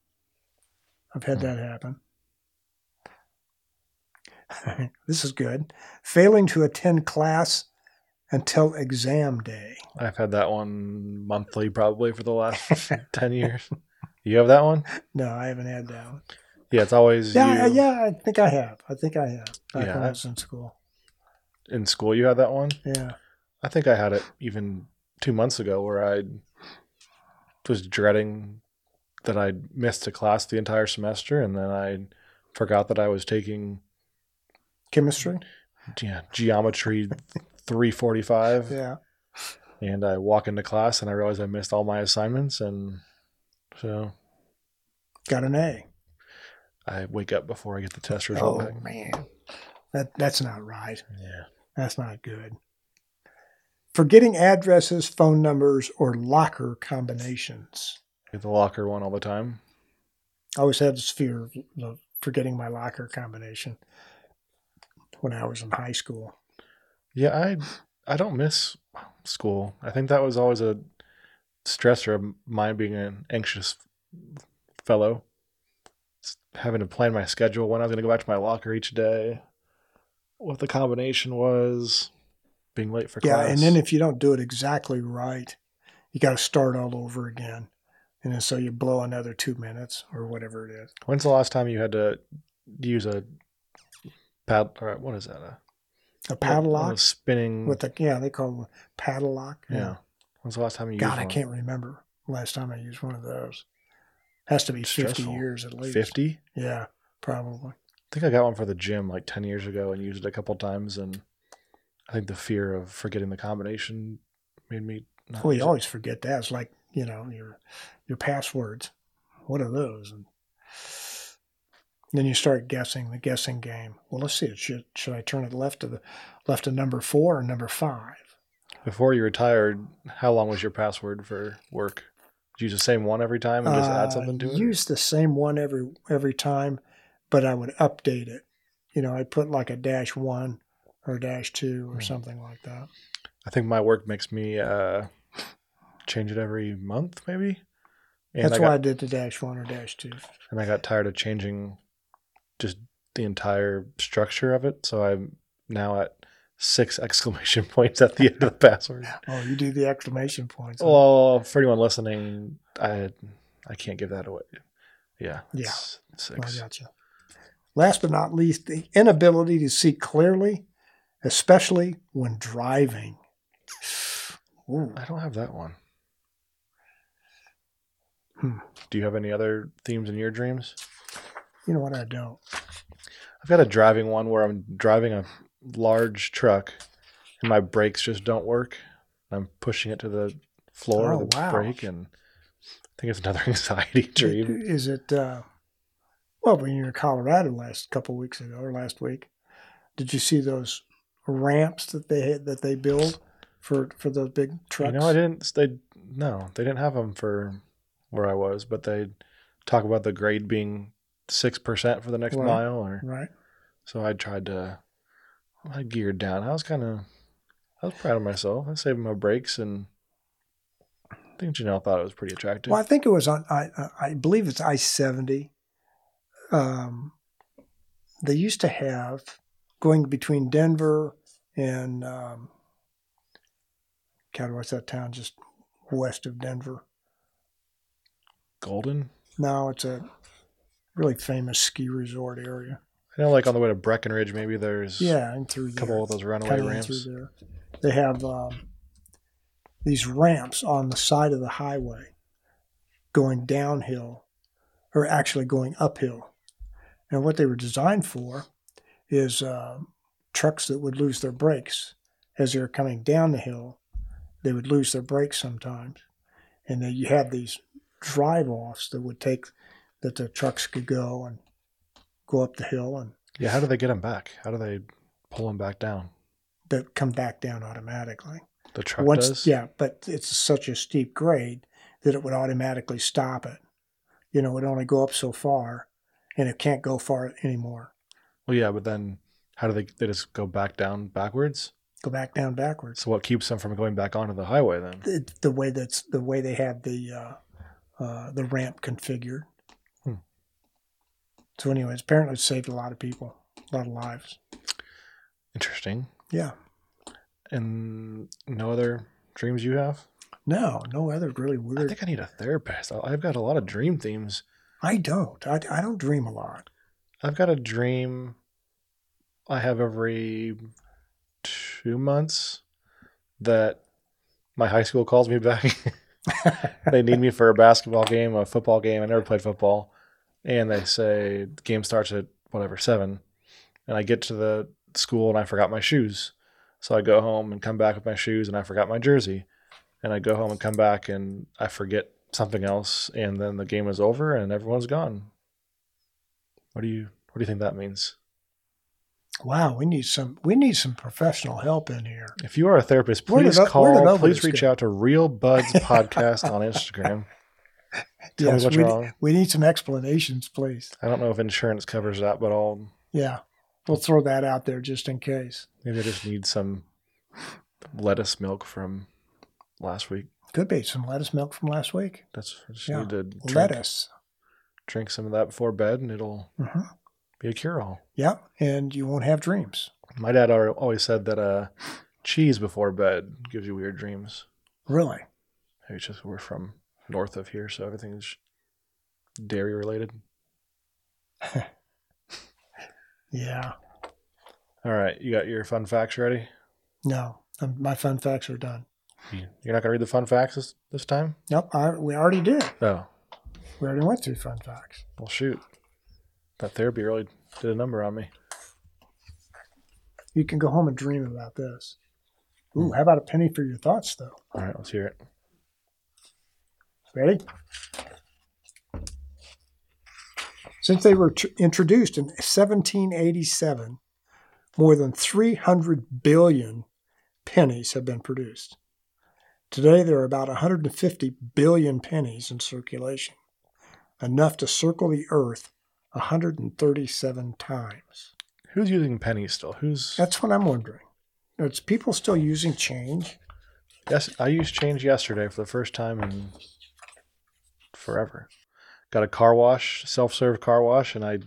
I've had Hmm. that happen. this is good. Failing to attend class until exam day. I've had that one monthly probably for the last 10 years. You have that one? No, I haven't had that one. Yeah, it's always Yeah, you. yeah, I think I have. I think I have. Back Yeah, when I- I was in school. In school, you had that one? Yeah. I think I had it even two months ago where I was dreading that I'd missed a class the entire semester and then I forgot that I was taking Chemistry. yeah, geometry 345 Yeah. and I walk into class and I realize I missed all my assignments and so Got an A. I wake up before I get the test result Oh back. man. That that's not right. Yeah. That's not good. Forgetting addresses, phone numbers, or locker combinations. Get the locker one all the time. I always had this fear of of forgetting my locker combination when I was in high school. Yeah, I I don't miss school. I think that was always a stressor of mine being an anxious fellow. It's Having to plan my schedule when I was going to go back to my locker each day, what the combination was, being late for Yeah, class. and then if you don't do it exactly right, you got to start all over again. And then so you blow another two minutes or whatever it is. When's the last time you had to use a pad. Or what is that? A A paddle one of lock those spinning. with the yeah they call them paddle lock. yeah. When's the last time you? God, used I one? can't remember last time I used one of those. Has to be fifty Stressful. years at least. Fifty. I Yeah, probably. think I got one for the gym like ten years ago and used it a couple times, and I think the fear of forgetting the combination made me. Not Well, you use it. always forget that. It's like you know your your passwords. What are those? And then you start guessing the guessing game. Well, let's see. It should should I turn it left to the left to number four or number five? Before you retired, how long was your password for work? Did you use the same one every time and just Uh, add something to it? Use the same one every every time, but I would update it. You know, I put like a dash one or a dash two or Hmm. something like that. I think my work makes me uh, change it every month, maybe. And That's I why got, I did the dash one or dash two. and I got tired of changing just the entire structure of it. So I'm now at six exclamation points at the end of the password. Oh, you do the exclamation points. huh? Well, for anyone listening, I I can't give that away. Yeah. Yeah. it's I Six. gotcha. Last but not least, the inability to see clearly, especially when driving. Ooh. I don't have that one. Hmm. Do you have any other themes in your dreams? You know what? I don't. I've got a driving one where I'm driving a large truck and my brakes just don't work. I'm pushing it to the floor Oh, of the wow. brake and I think it's another anxiety dream. Is it? Uh, well, when you were in Colorado last couple weeks ago or last week, did you see those ramps that they had, that they build for for those big You trucks? know, I didn't they no, they didn't have them for where I was, but they talk about the grade being 6% for the next Right. mile or Right. so I tried to I geared down. I was kind of I was proud of myself. I saved my brakes and I think Janelle thought it was pretty attractive. Well, I think it was on. I I- I believe it's I seventy. Um, they used to have going between Denver and um, God, what's that town just west of Denver? Golden. No, it's a really famous ski resort area. I know, like on the way to Breckenridge, maybe there's Yeah, and through a there, couple of those runaway cutting in ramps. through there. They have um, these ramps on the side of the highway going downhill or actually going uphill. And what they were designed for is uh, trucks that would lose their brakes as they were coming down the hill. They would lose their brakes sometimes. And then you had these drive offs that would take, that the trucks could go and go up the hill and Yeah, how do they get them back? How do they pull them back down? that come back down automatically. The truck Once, does. yeah, but it's such a steep grade that it would automatically stop it. You know, it would only go up so far, and it can't go far anymore. Well, yeah, but then how do they? They just go back down backwards. Go back down backwards. So what keeps them from going back onto the highway then? The, the way that's the way they have the uh, uh, the ramp configured. Hmm. So, anyways, apparently, it saved a lot of people, a lot of lives. Interesting. Yeah. And no other dreams you have? No, no other really I weird. think I need a therapist. I- I've got a lot of dream themes. I don't. I, I don't dream a lot. I've got a dream I have every two months that my high school calls me back. they need me for a basketball game, a football game. I never played football. And they say the game starts at whatever, seven. And I get to the school and I forgot my shoes. So I go home and come back with my shoes and I forgot my jersey. And I go home and come back and I forget something else. And then the game is over and everyone's gone. What do you what do you think that means? Wow, we need some we need some professional help in here. If you are a therapist, Where did please I- where did I call. put Please this reach guy? out to Real Buds Podcast on Instagram. Tell me what's we, wrong. we need some explanations, please. I don't know if insurance covers that, but I'll Yeah, we'll throw that out there just in case. maybe I just need some lettuce milk from last week. Could be some lettuce milk from last week. That's I just Yeah, need to drink, Lettuce. drink some of that before bed, and it'll hmm be a cure all. Yeah, and you won't have dreams. My dad al- always said that uh, cheese before bed gives you weird dreams. Really? Maybe it's just we're from north of here, so everything's dairy related. Yeah. All right, you got your fun facts ready? No, um, my fun facts are done. You're not gonna read the fun facts this, this time? Nope, I, we already did. Oh, We already went through fun facts. well, shoot. That therapy really did a number on me. You can go home and dream about this. Ooh, how about a penny for your thoughts, though? All right, let's hear it. Ready? Since they were tr- introduced in 1787, more than 300 billion pennies have been produced. Today, there are about 150 billion pennies in circulation, enough to circle the Earth 137 times. Who's using pennies still? Who's? That's what I'm wondering. It's people still using change? Yes, I used change yesterday for the first time in forever. Got a car wash, self-serve car wash, and I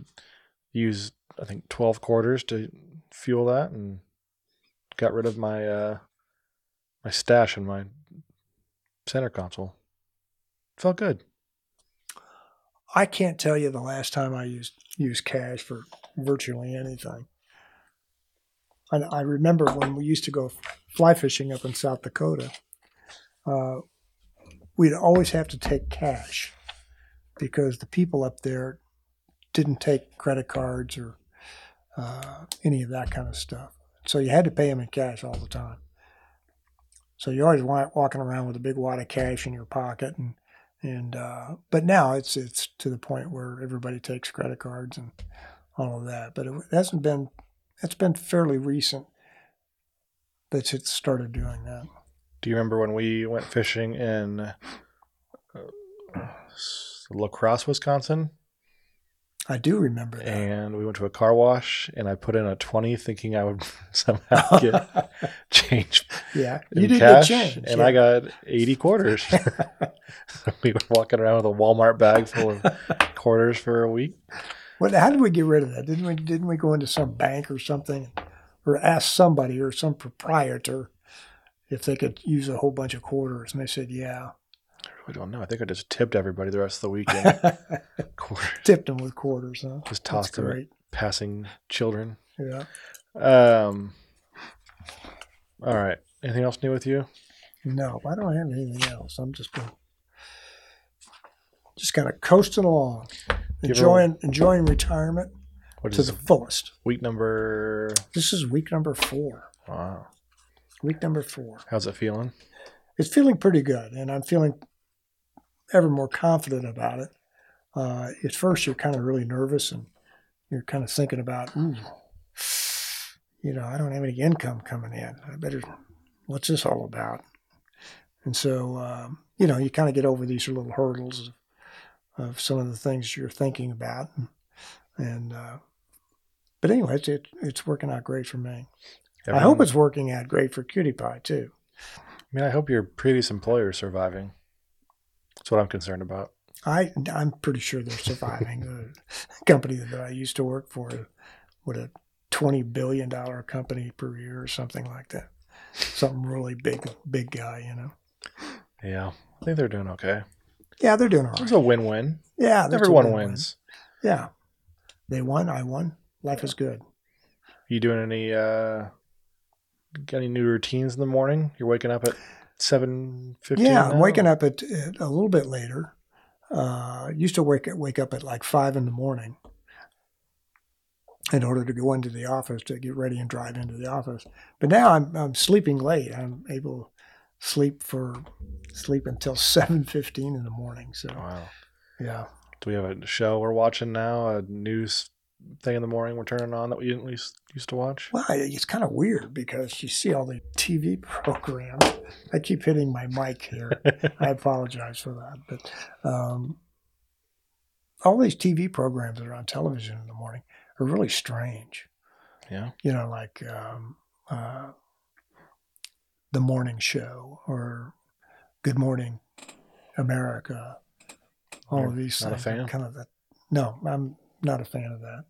used I think twelve quarters to fuel that, and got rid of my uh, my stash in my center console. Felt good. I can't tell you the last time I used used cash for virtually anything. And I remember when we used to go fly fishing up in South Dakota, uh, we'd always have to take cash because the people up there didn't take credit cards or uh, any of that kind of stuff. So you had to pay them in cash all the time. So you're always wa- walking around with a big wad of cash in your pocket and and uh, but now it's it's to the point where everybody takes credit cards and all of that. But it hasn't been it's been fairly recent that it started doing that. Do you remember when we went fishing in uh, s- La Crosse, Wisconsin? I do remember that. and we went to a car wash and I put in a 20 thinking I would somehow get change yeah, in you did cash get change, and yeah. I got 80 quarters. we were walking around with a Walmart bag full of quarters for a week. What? How did we get rid of that? Didn't we? Didn't we go into some bank or something, or ask somebody or some proprietor if they could use a whole bunch of quarters? And they said, "Yeah." I really don't know. I think I just tipped everybody the rest of the weekend. Quarter- Tipped them with quarters, huh? Just That's tossed them at great. passing children. Yeah. Um, all right. Anything else new with you? No, I don't have anything else. I'm just going, just kind of coasting along, Give her- enjoying enjoying retirement What to is the fullest. week number? This is week number four. Wow. Week number four. How's it feeling? It's feeling pretty good, and I'm feeling ever more confident about it. Uh, at first, you're kind of really nervous, and you're kind of thinking about, ooh, you know, I don't have any income coming in. I better, what's this all about? And so, um, you know, you kind of get over these little hurdles of, of some of the things you're thinking about, and, uh, but anyway, it's it, it's working out great for me. I hope Everyone- it's working out great for Cutie Pie too. I mean, I hope your previous employer is surviving. That's what I'm concerned about. I I'm pretty sure they're surviving. the company that I used to work for, what a twenty billion dollar company per year or something like that. Something really big, big guy, you know. Yeah, I think they're doing okay. Yeah, they're doing all It right. was a win-win. Yeah, that's a Everyone win-win. wins. Yeah, they won. I won. Life is good. You doing any? uh Got any new routines in the morning? You're waking up at seven fifteen. yeah, I'm waking up at, at a little bit later. Uh, used to wake wake up at like five in the morning in order to go into the office to get ready and drive into the office. But now I'm I'm sleeping late. I'm able to sleep for sleep until seven fifteen in the morning. So Wow. yeah, Do we have a show we're watching now? A news thing in the morning we're turning on that we didn't least used to watch. well, I- it's kind of weird because you see all the TV programs. I keep hitting my mic here. I apologize for that. But um, all these TV programs that are on television in the morning are really strange. yeah. You know, like um, uh, The Morning Show or Good Morning America. All of these Not a things. fan? are Kind of that. No, I'm not a fan of that.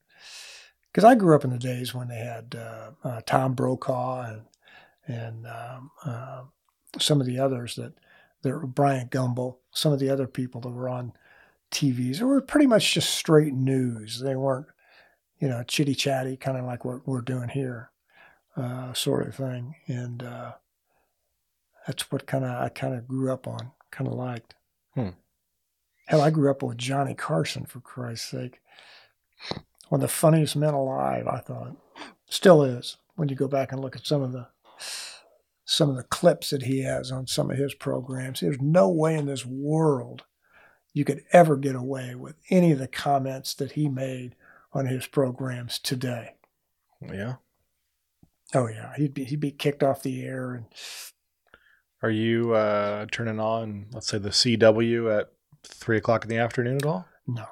Because I grew up in the days when they had uh, uh, Tom Brokaw and and um, uh, some of the others that there were Bryant Gumbel, some of the other people that were on TVs. They were pretty much just straight news. They weren't, you know, chitty chatty, kind of like what we're doing here. uh, sort of thing. And uh, that's what kind of I kind of grew up on, kind of liked. Hmm. Hell, I grew up with Johnny Carson for Christ's sake. One of the funniest men alive, I thought. Still is when you go back and look at some of the some of the clips that he has on some of his programs. There's no way in this world you could ever get away with any of the comments that he made on his programs today. Yeah. Oh yeah, he'd be he'd be kicked off the air and Are you uh, turning on, let's say, the CW at three o'clock in the afternoon at all? no.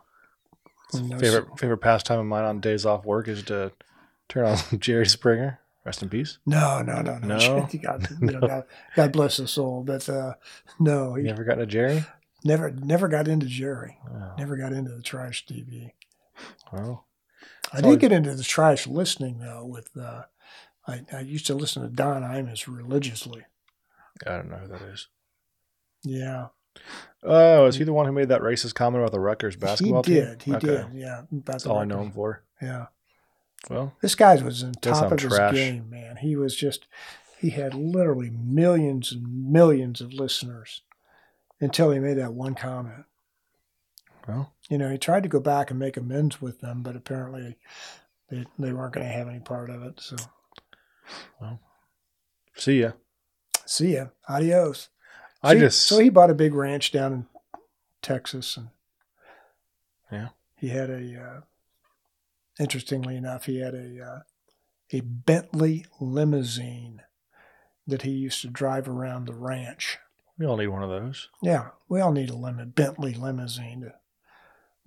No, favorite favorite pastime of mine on days off work is to turn on Jerry Springer. Rest in peace. No, no, no, no. No? God, you know, God, God bless his soul, but uh, no, You he never gotten a Jerry? never never got into Jerry. Oh, Never got into the trash TV. well, I It's did always- get into the trash listening though. With uh, I, I used to listen to Don Imus religiously. I don't know who that is. Yeah, Oh, is he the one who made that racist comment about the Rutgers basketball he did. team? He Okay. did. Yeah, about That's the all I record. know him for. Yeah, Well, this guy was on top sound of trash. his game, man. He was just he had literally millions and millions of listeners until he made that one comment. well, you know, he tried to go back and make amends with them, but apparently they, they weren't going to have any part of it. So, see ya. see ya. Adios. I So he- just so he bought a big ranch down in Texas, and Yeah. he had a. Uh, interestingly enough, he had a uh, a Bentley limousine that he used to drive around the ranch. we all need one of those. Yeah, we all need a lim- Bentley limousine to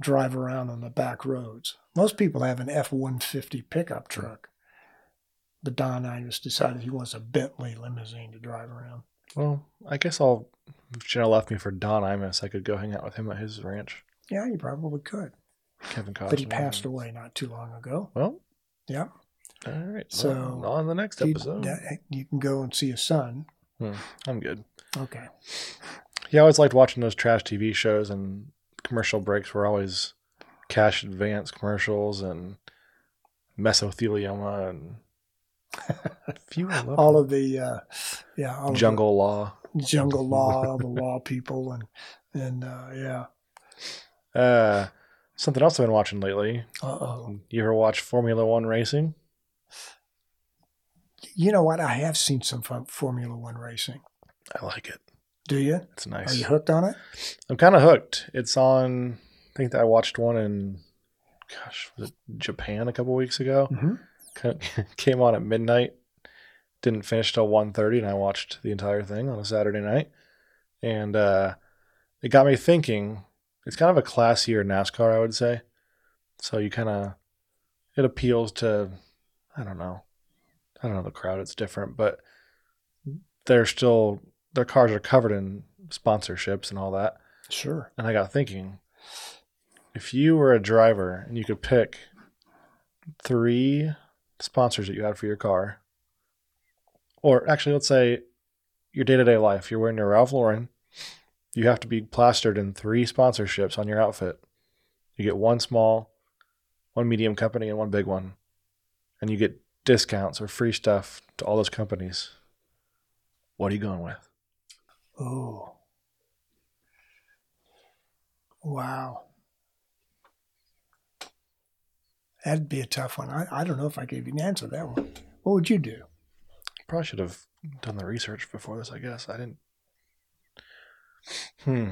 drive around on the back roads. Most people have an F 150 pickup truck, but Don Imus decided he wants a Bentley limousine to drive around. Well, I guess I'll. If Jenna left me for Don Imus. I could go hang out with him at his ranch. Yeah, you probably could. Kevin Costner. But he passed away not too long ago. Well. Yeah. All right. So So- on the next He- episode, that- you can go and see his son. I'm good. Okay. Yeah, I always liked watching those trash TV shows, and commercial breaks were always cash advance commercials and mesothelioma and a few other- All of the, uh, yeah, all of the jungle law. jungle law, all the law people, and, and uh, yeah. Uh, something else I've been watching lately. Uh oh. You ever watch Formula One racing? You know what? I have seen some F- Formula One racing. I like it. Do you? It's Are Oh, you nice. hooked on it? I'm kind of hooked. It's on. I think that I watched one in, gosh, was it Japan a couple weeks ago? Mm-hmm. Ca- came on at midnight didn't finish till 1.30 and i watched the entire thing on a saturday night and uh, it got me thinking it's kind of a classier nascar i would say so you kind of it appeals to i don't know i don't know the crowd it's different but they're still their cars are covered in sponsorships and all that Sure. and I got thinking, if you were a driver and you could pick three sponsors that you had for your car, or actually, let's say your day to day life, you're wearing your Ralph Lauren, you have to be plastered in three sponsorships on your outfit. You get one small, one medium company, and one big one. And you get discounts or free stuff to all those companies. What are you going with? Oh. Wow. That'd be a tough one. I, I don't know if I gave you an answer to that one. What would you do? Probably should have done the research before this, I guess. I didn't. Hmm.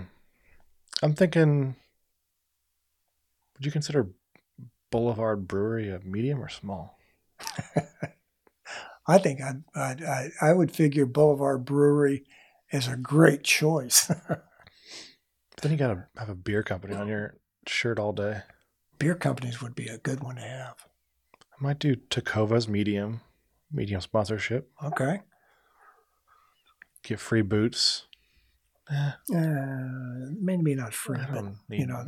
I'm thinking. Would you consider Boulevard Brewery a medium or small? I think I'd, I'd, I, I would figure Boulevard Brewery is a great choice. Then you gotta have a beer company on your shirt all day. I Beer companies would be a good one to have. might do Takova's medium, medium sponsorship. Okay. Get free boots. Eh, Uh, maybe not free, I but don't need. you know,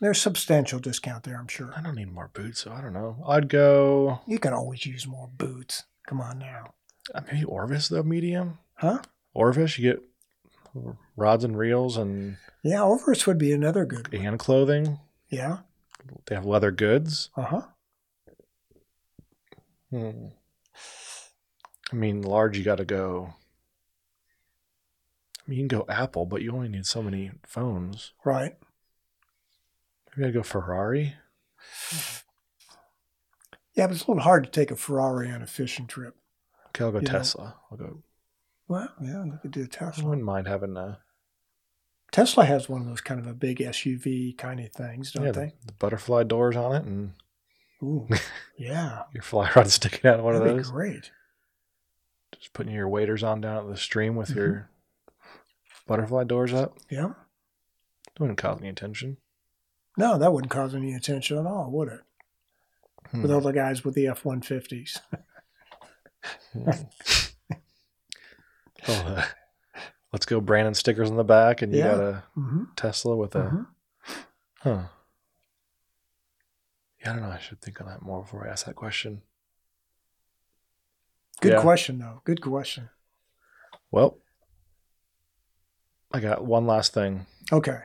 there's substantial discount there, I'm sure. I don't need more boots, so I don't know. I'd go You can always use more boots. Come on now. uh, maybe Orvis though, medium. Huh? Orvis, you get rods and reels and Yeah, Overus would be another good one. and clothing. Yeah. Uh-huh. They have leather goods. Uh huh. Hmm. I mean, large, you got to go. I mean, you can go Apple, but you only need so many phones. right? You got to go Ferrari. Yeah, but it's a little hard to take a Ferrari on a fishing trip. Okay, I'll go Yeah. Tesla. I'll go. Well, yeah, you could do a I Tesla. wouldn't mind having uh, a Tesla has one of those kind of a big SUV kind of things, don't yeah, the, they? the butterfly doors on it, and Ooh, yeah, your fly rod sticking out of one of that'd those. be great. Just putting your waders on down at the stream Mm-hmm. with your butterfly doors up. Yeah, It wouldn't cause any attention. no, that wouldn't cause any attention at all, would it? Hmm. With all the guys with the F one fifties. Hmm. oh, uh, let's go Brandon stickers on the back, and you Yeah. got a Mm-hmm. Tesla with a. hmm Huh. Yeah, I don't know. I should think on that more before I ask that question. Good Yeah. question, though. Good question. Well, I got one last thing. Okay.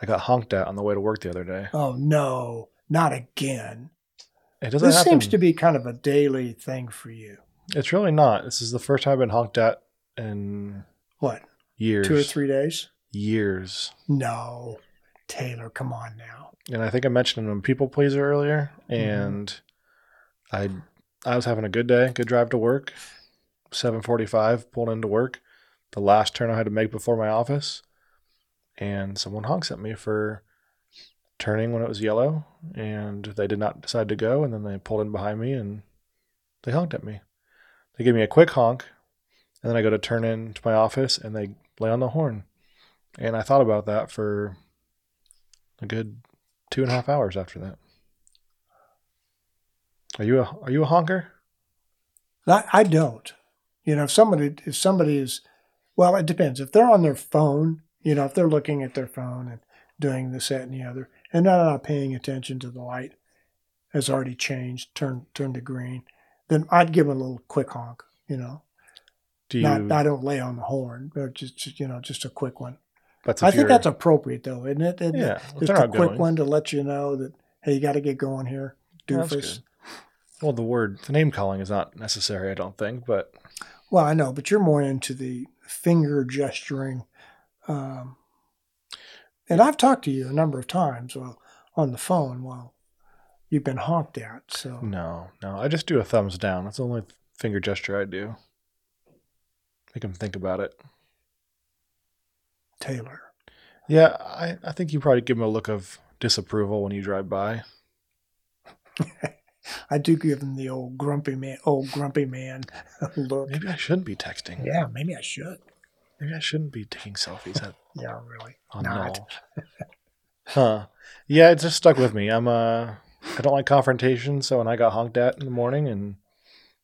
I got honked at on the way to work the other day. Oh no, not again. It doesn't This happen. seems to be kind of a daily thing for you. It's really not. This is the first time I've been honked at in What? years. Two or three days? years. No, Taylor, come on now. And I think I mentioned I'm a people pleaser earlier, Mhm. and I I was having a good day, good drive to work. 7:45 pulled into work. The last turn I had to make before my office, and someone honks at me for turning when it was yellow, and they did not decide to go, and then they pulled in behind me and they honked at me. They gave me a quick honk, and then I go to turn into my office, and they lay on the horn. And I thought about that for a good two and a half hours after that. Are you a are you a honker? I, I don't. You know, if somebody if somebody is, well, it depends. If they're on their phone, you know, if they're looking at their phone and doing this, that, and the other, and they're not paying attention to the light has already changed, turned turned to green, then I'd give 'em a little quick honk. You know, Do you? not I don't lay on the horn, but just just, you know, just a quick one. that's I if think you're- that's appropriate though, isn't it? Isn't it? yeah. if Just they're a not quick going, one to let you know that hey, you got to get going here, yeah, doofus. that's good. Well, the word the name calling is not necessary, I don't think, but Well, I know, but you're more into the finger gesturing. Um, and I've talked to you a number of times while on the phone while you've been honked at. So no, no. I just do a thumbs down. That's the only finger gesture I do. Make them think about it. Taylor, Yeah, I, I think you probably give them a look of disapproval when you drive by. I do give him the old grumpy man, old grumpy man look. Maybe I shouldn't be texting. Yeah, maybe I should. Maybe I shouldn't be taking selfies at Yeah, really. Oh, Not. no. huh. Yeah, it just stuck with me. I'm uh I don't like confrontation, so when I got honked at in the morning and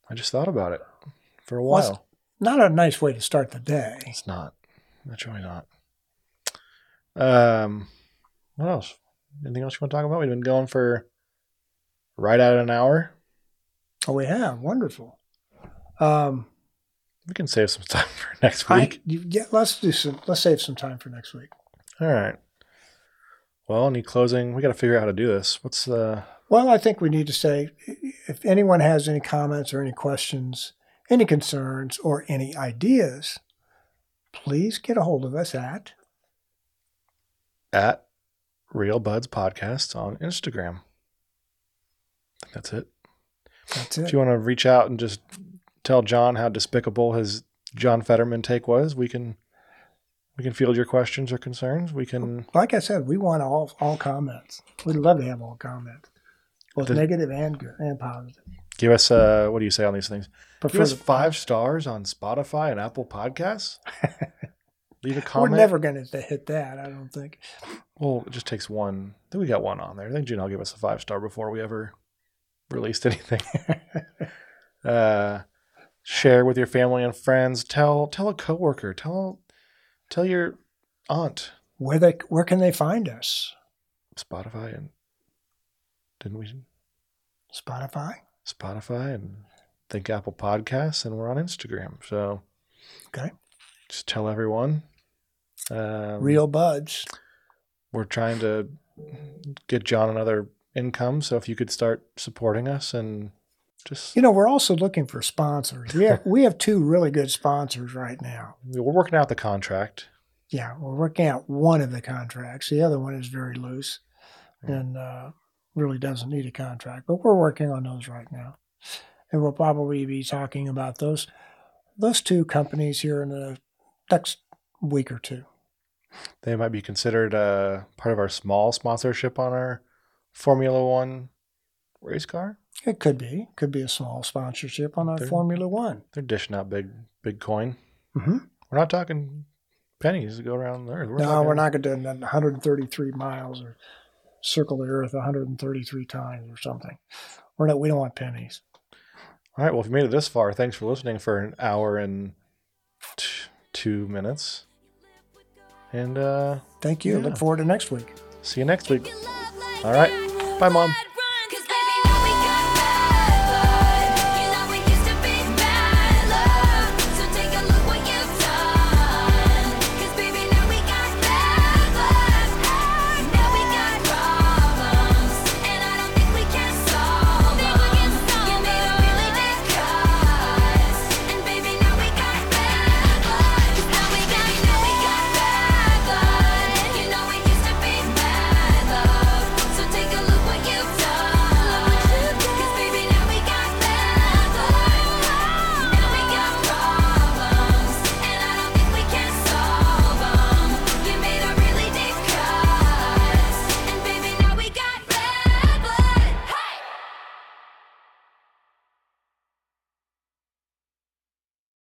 I just thought about it for a Well, while. that's- Not a nice way to start the day. it's not. That's really not. Um what else? Anything else you want to talk about? We've been going for right at an hour. Oh, we have wonderful. Um, We can save some time for next I- week. you- yeah, let's do some. Let's save some time for next week. All right. Well, any closing? We got to figure out how to do this. What's the Well, I think we need to say if anyone has any comments or any questions, any concerns, or any ideas, please get a hold of us at at Real Buds Podcast on Instagram. I think that's it. that's If it. you want to reach out and just tell John how despicable his John Fetterman take was, we can we can field your questions or concerns. We can Like I said, we want all all comments. We'd love to have all comments, both Does- negative and good and positive. give us uh what do you say on these things? Give Prefer us to- five stars on Spotify and Apple Podcasts. Leave a we're comment. never going to hit that, I don't think. Well, it just takes one. I think we got one on there. I think Janelle gave us a five star before we ever released anything. uh, share with your family and friends. Tell tell a coworker. Tell tell your aunt. Where they where can they find us? Spotify and didn't we Spotify. Spotify and I think Apple Podcasts and we're on Instagram. So Okay. just tell everyone. Um, Real buds. we're trying to get John another income. So if you could start supporting us and Just You know, we're also looking for sponsors. We have, we have two really good sponsors right now. we're working out the contract. Yeah, we're working out one of the contracts. The other one is very loose Yeah. and uh, really doesn't need a contract, but we're working on those right now. And we'll probably be talking about those those two companies here in the next week or two. They might be considered uh, part of our small sponsorship on our Formula One race car. It could be, could be a small sponsorship on our There- Formula One. They're dishing out big, big coin. Mm-hmm. We're not talking pennies to go around the earth. no, talking- we're not going to do nothing 133 miles or circle the earth 133 times or something. We're not. We don't want pennies. All right. Well, if you made it this far, thanks for listening for an hour and t- two minutes. And uh, Thank you. Yeah. Look forward to next week. see you next week. All right. Bye, Mom.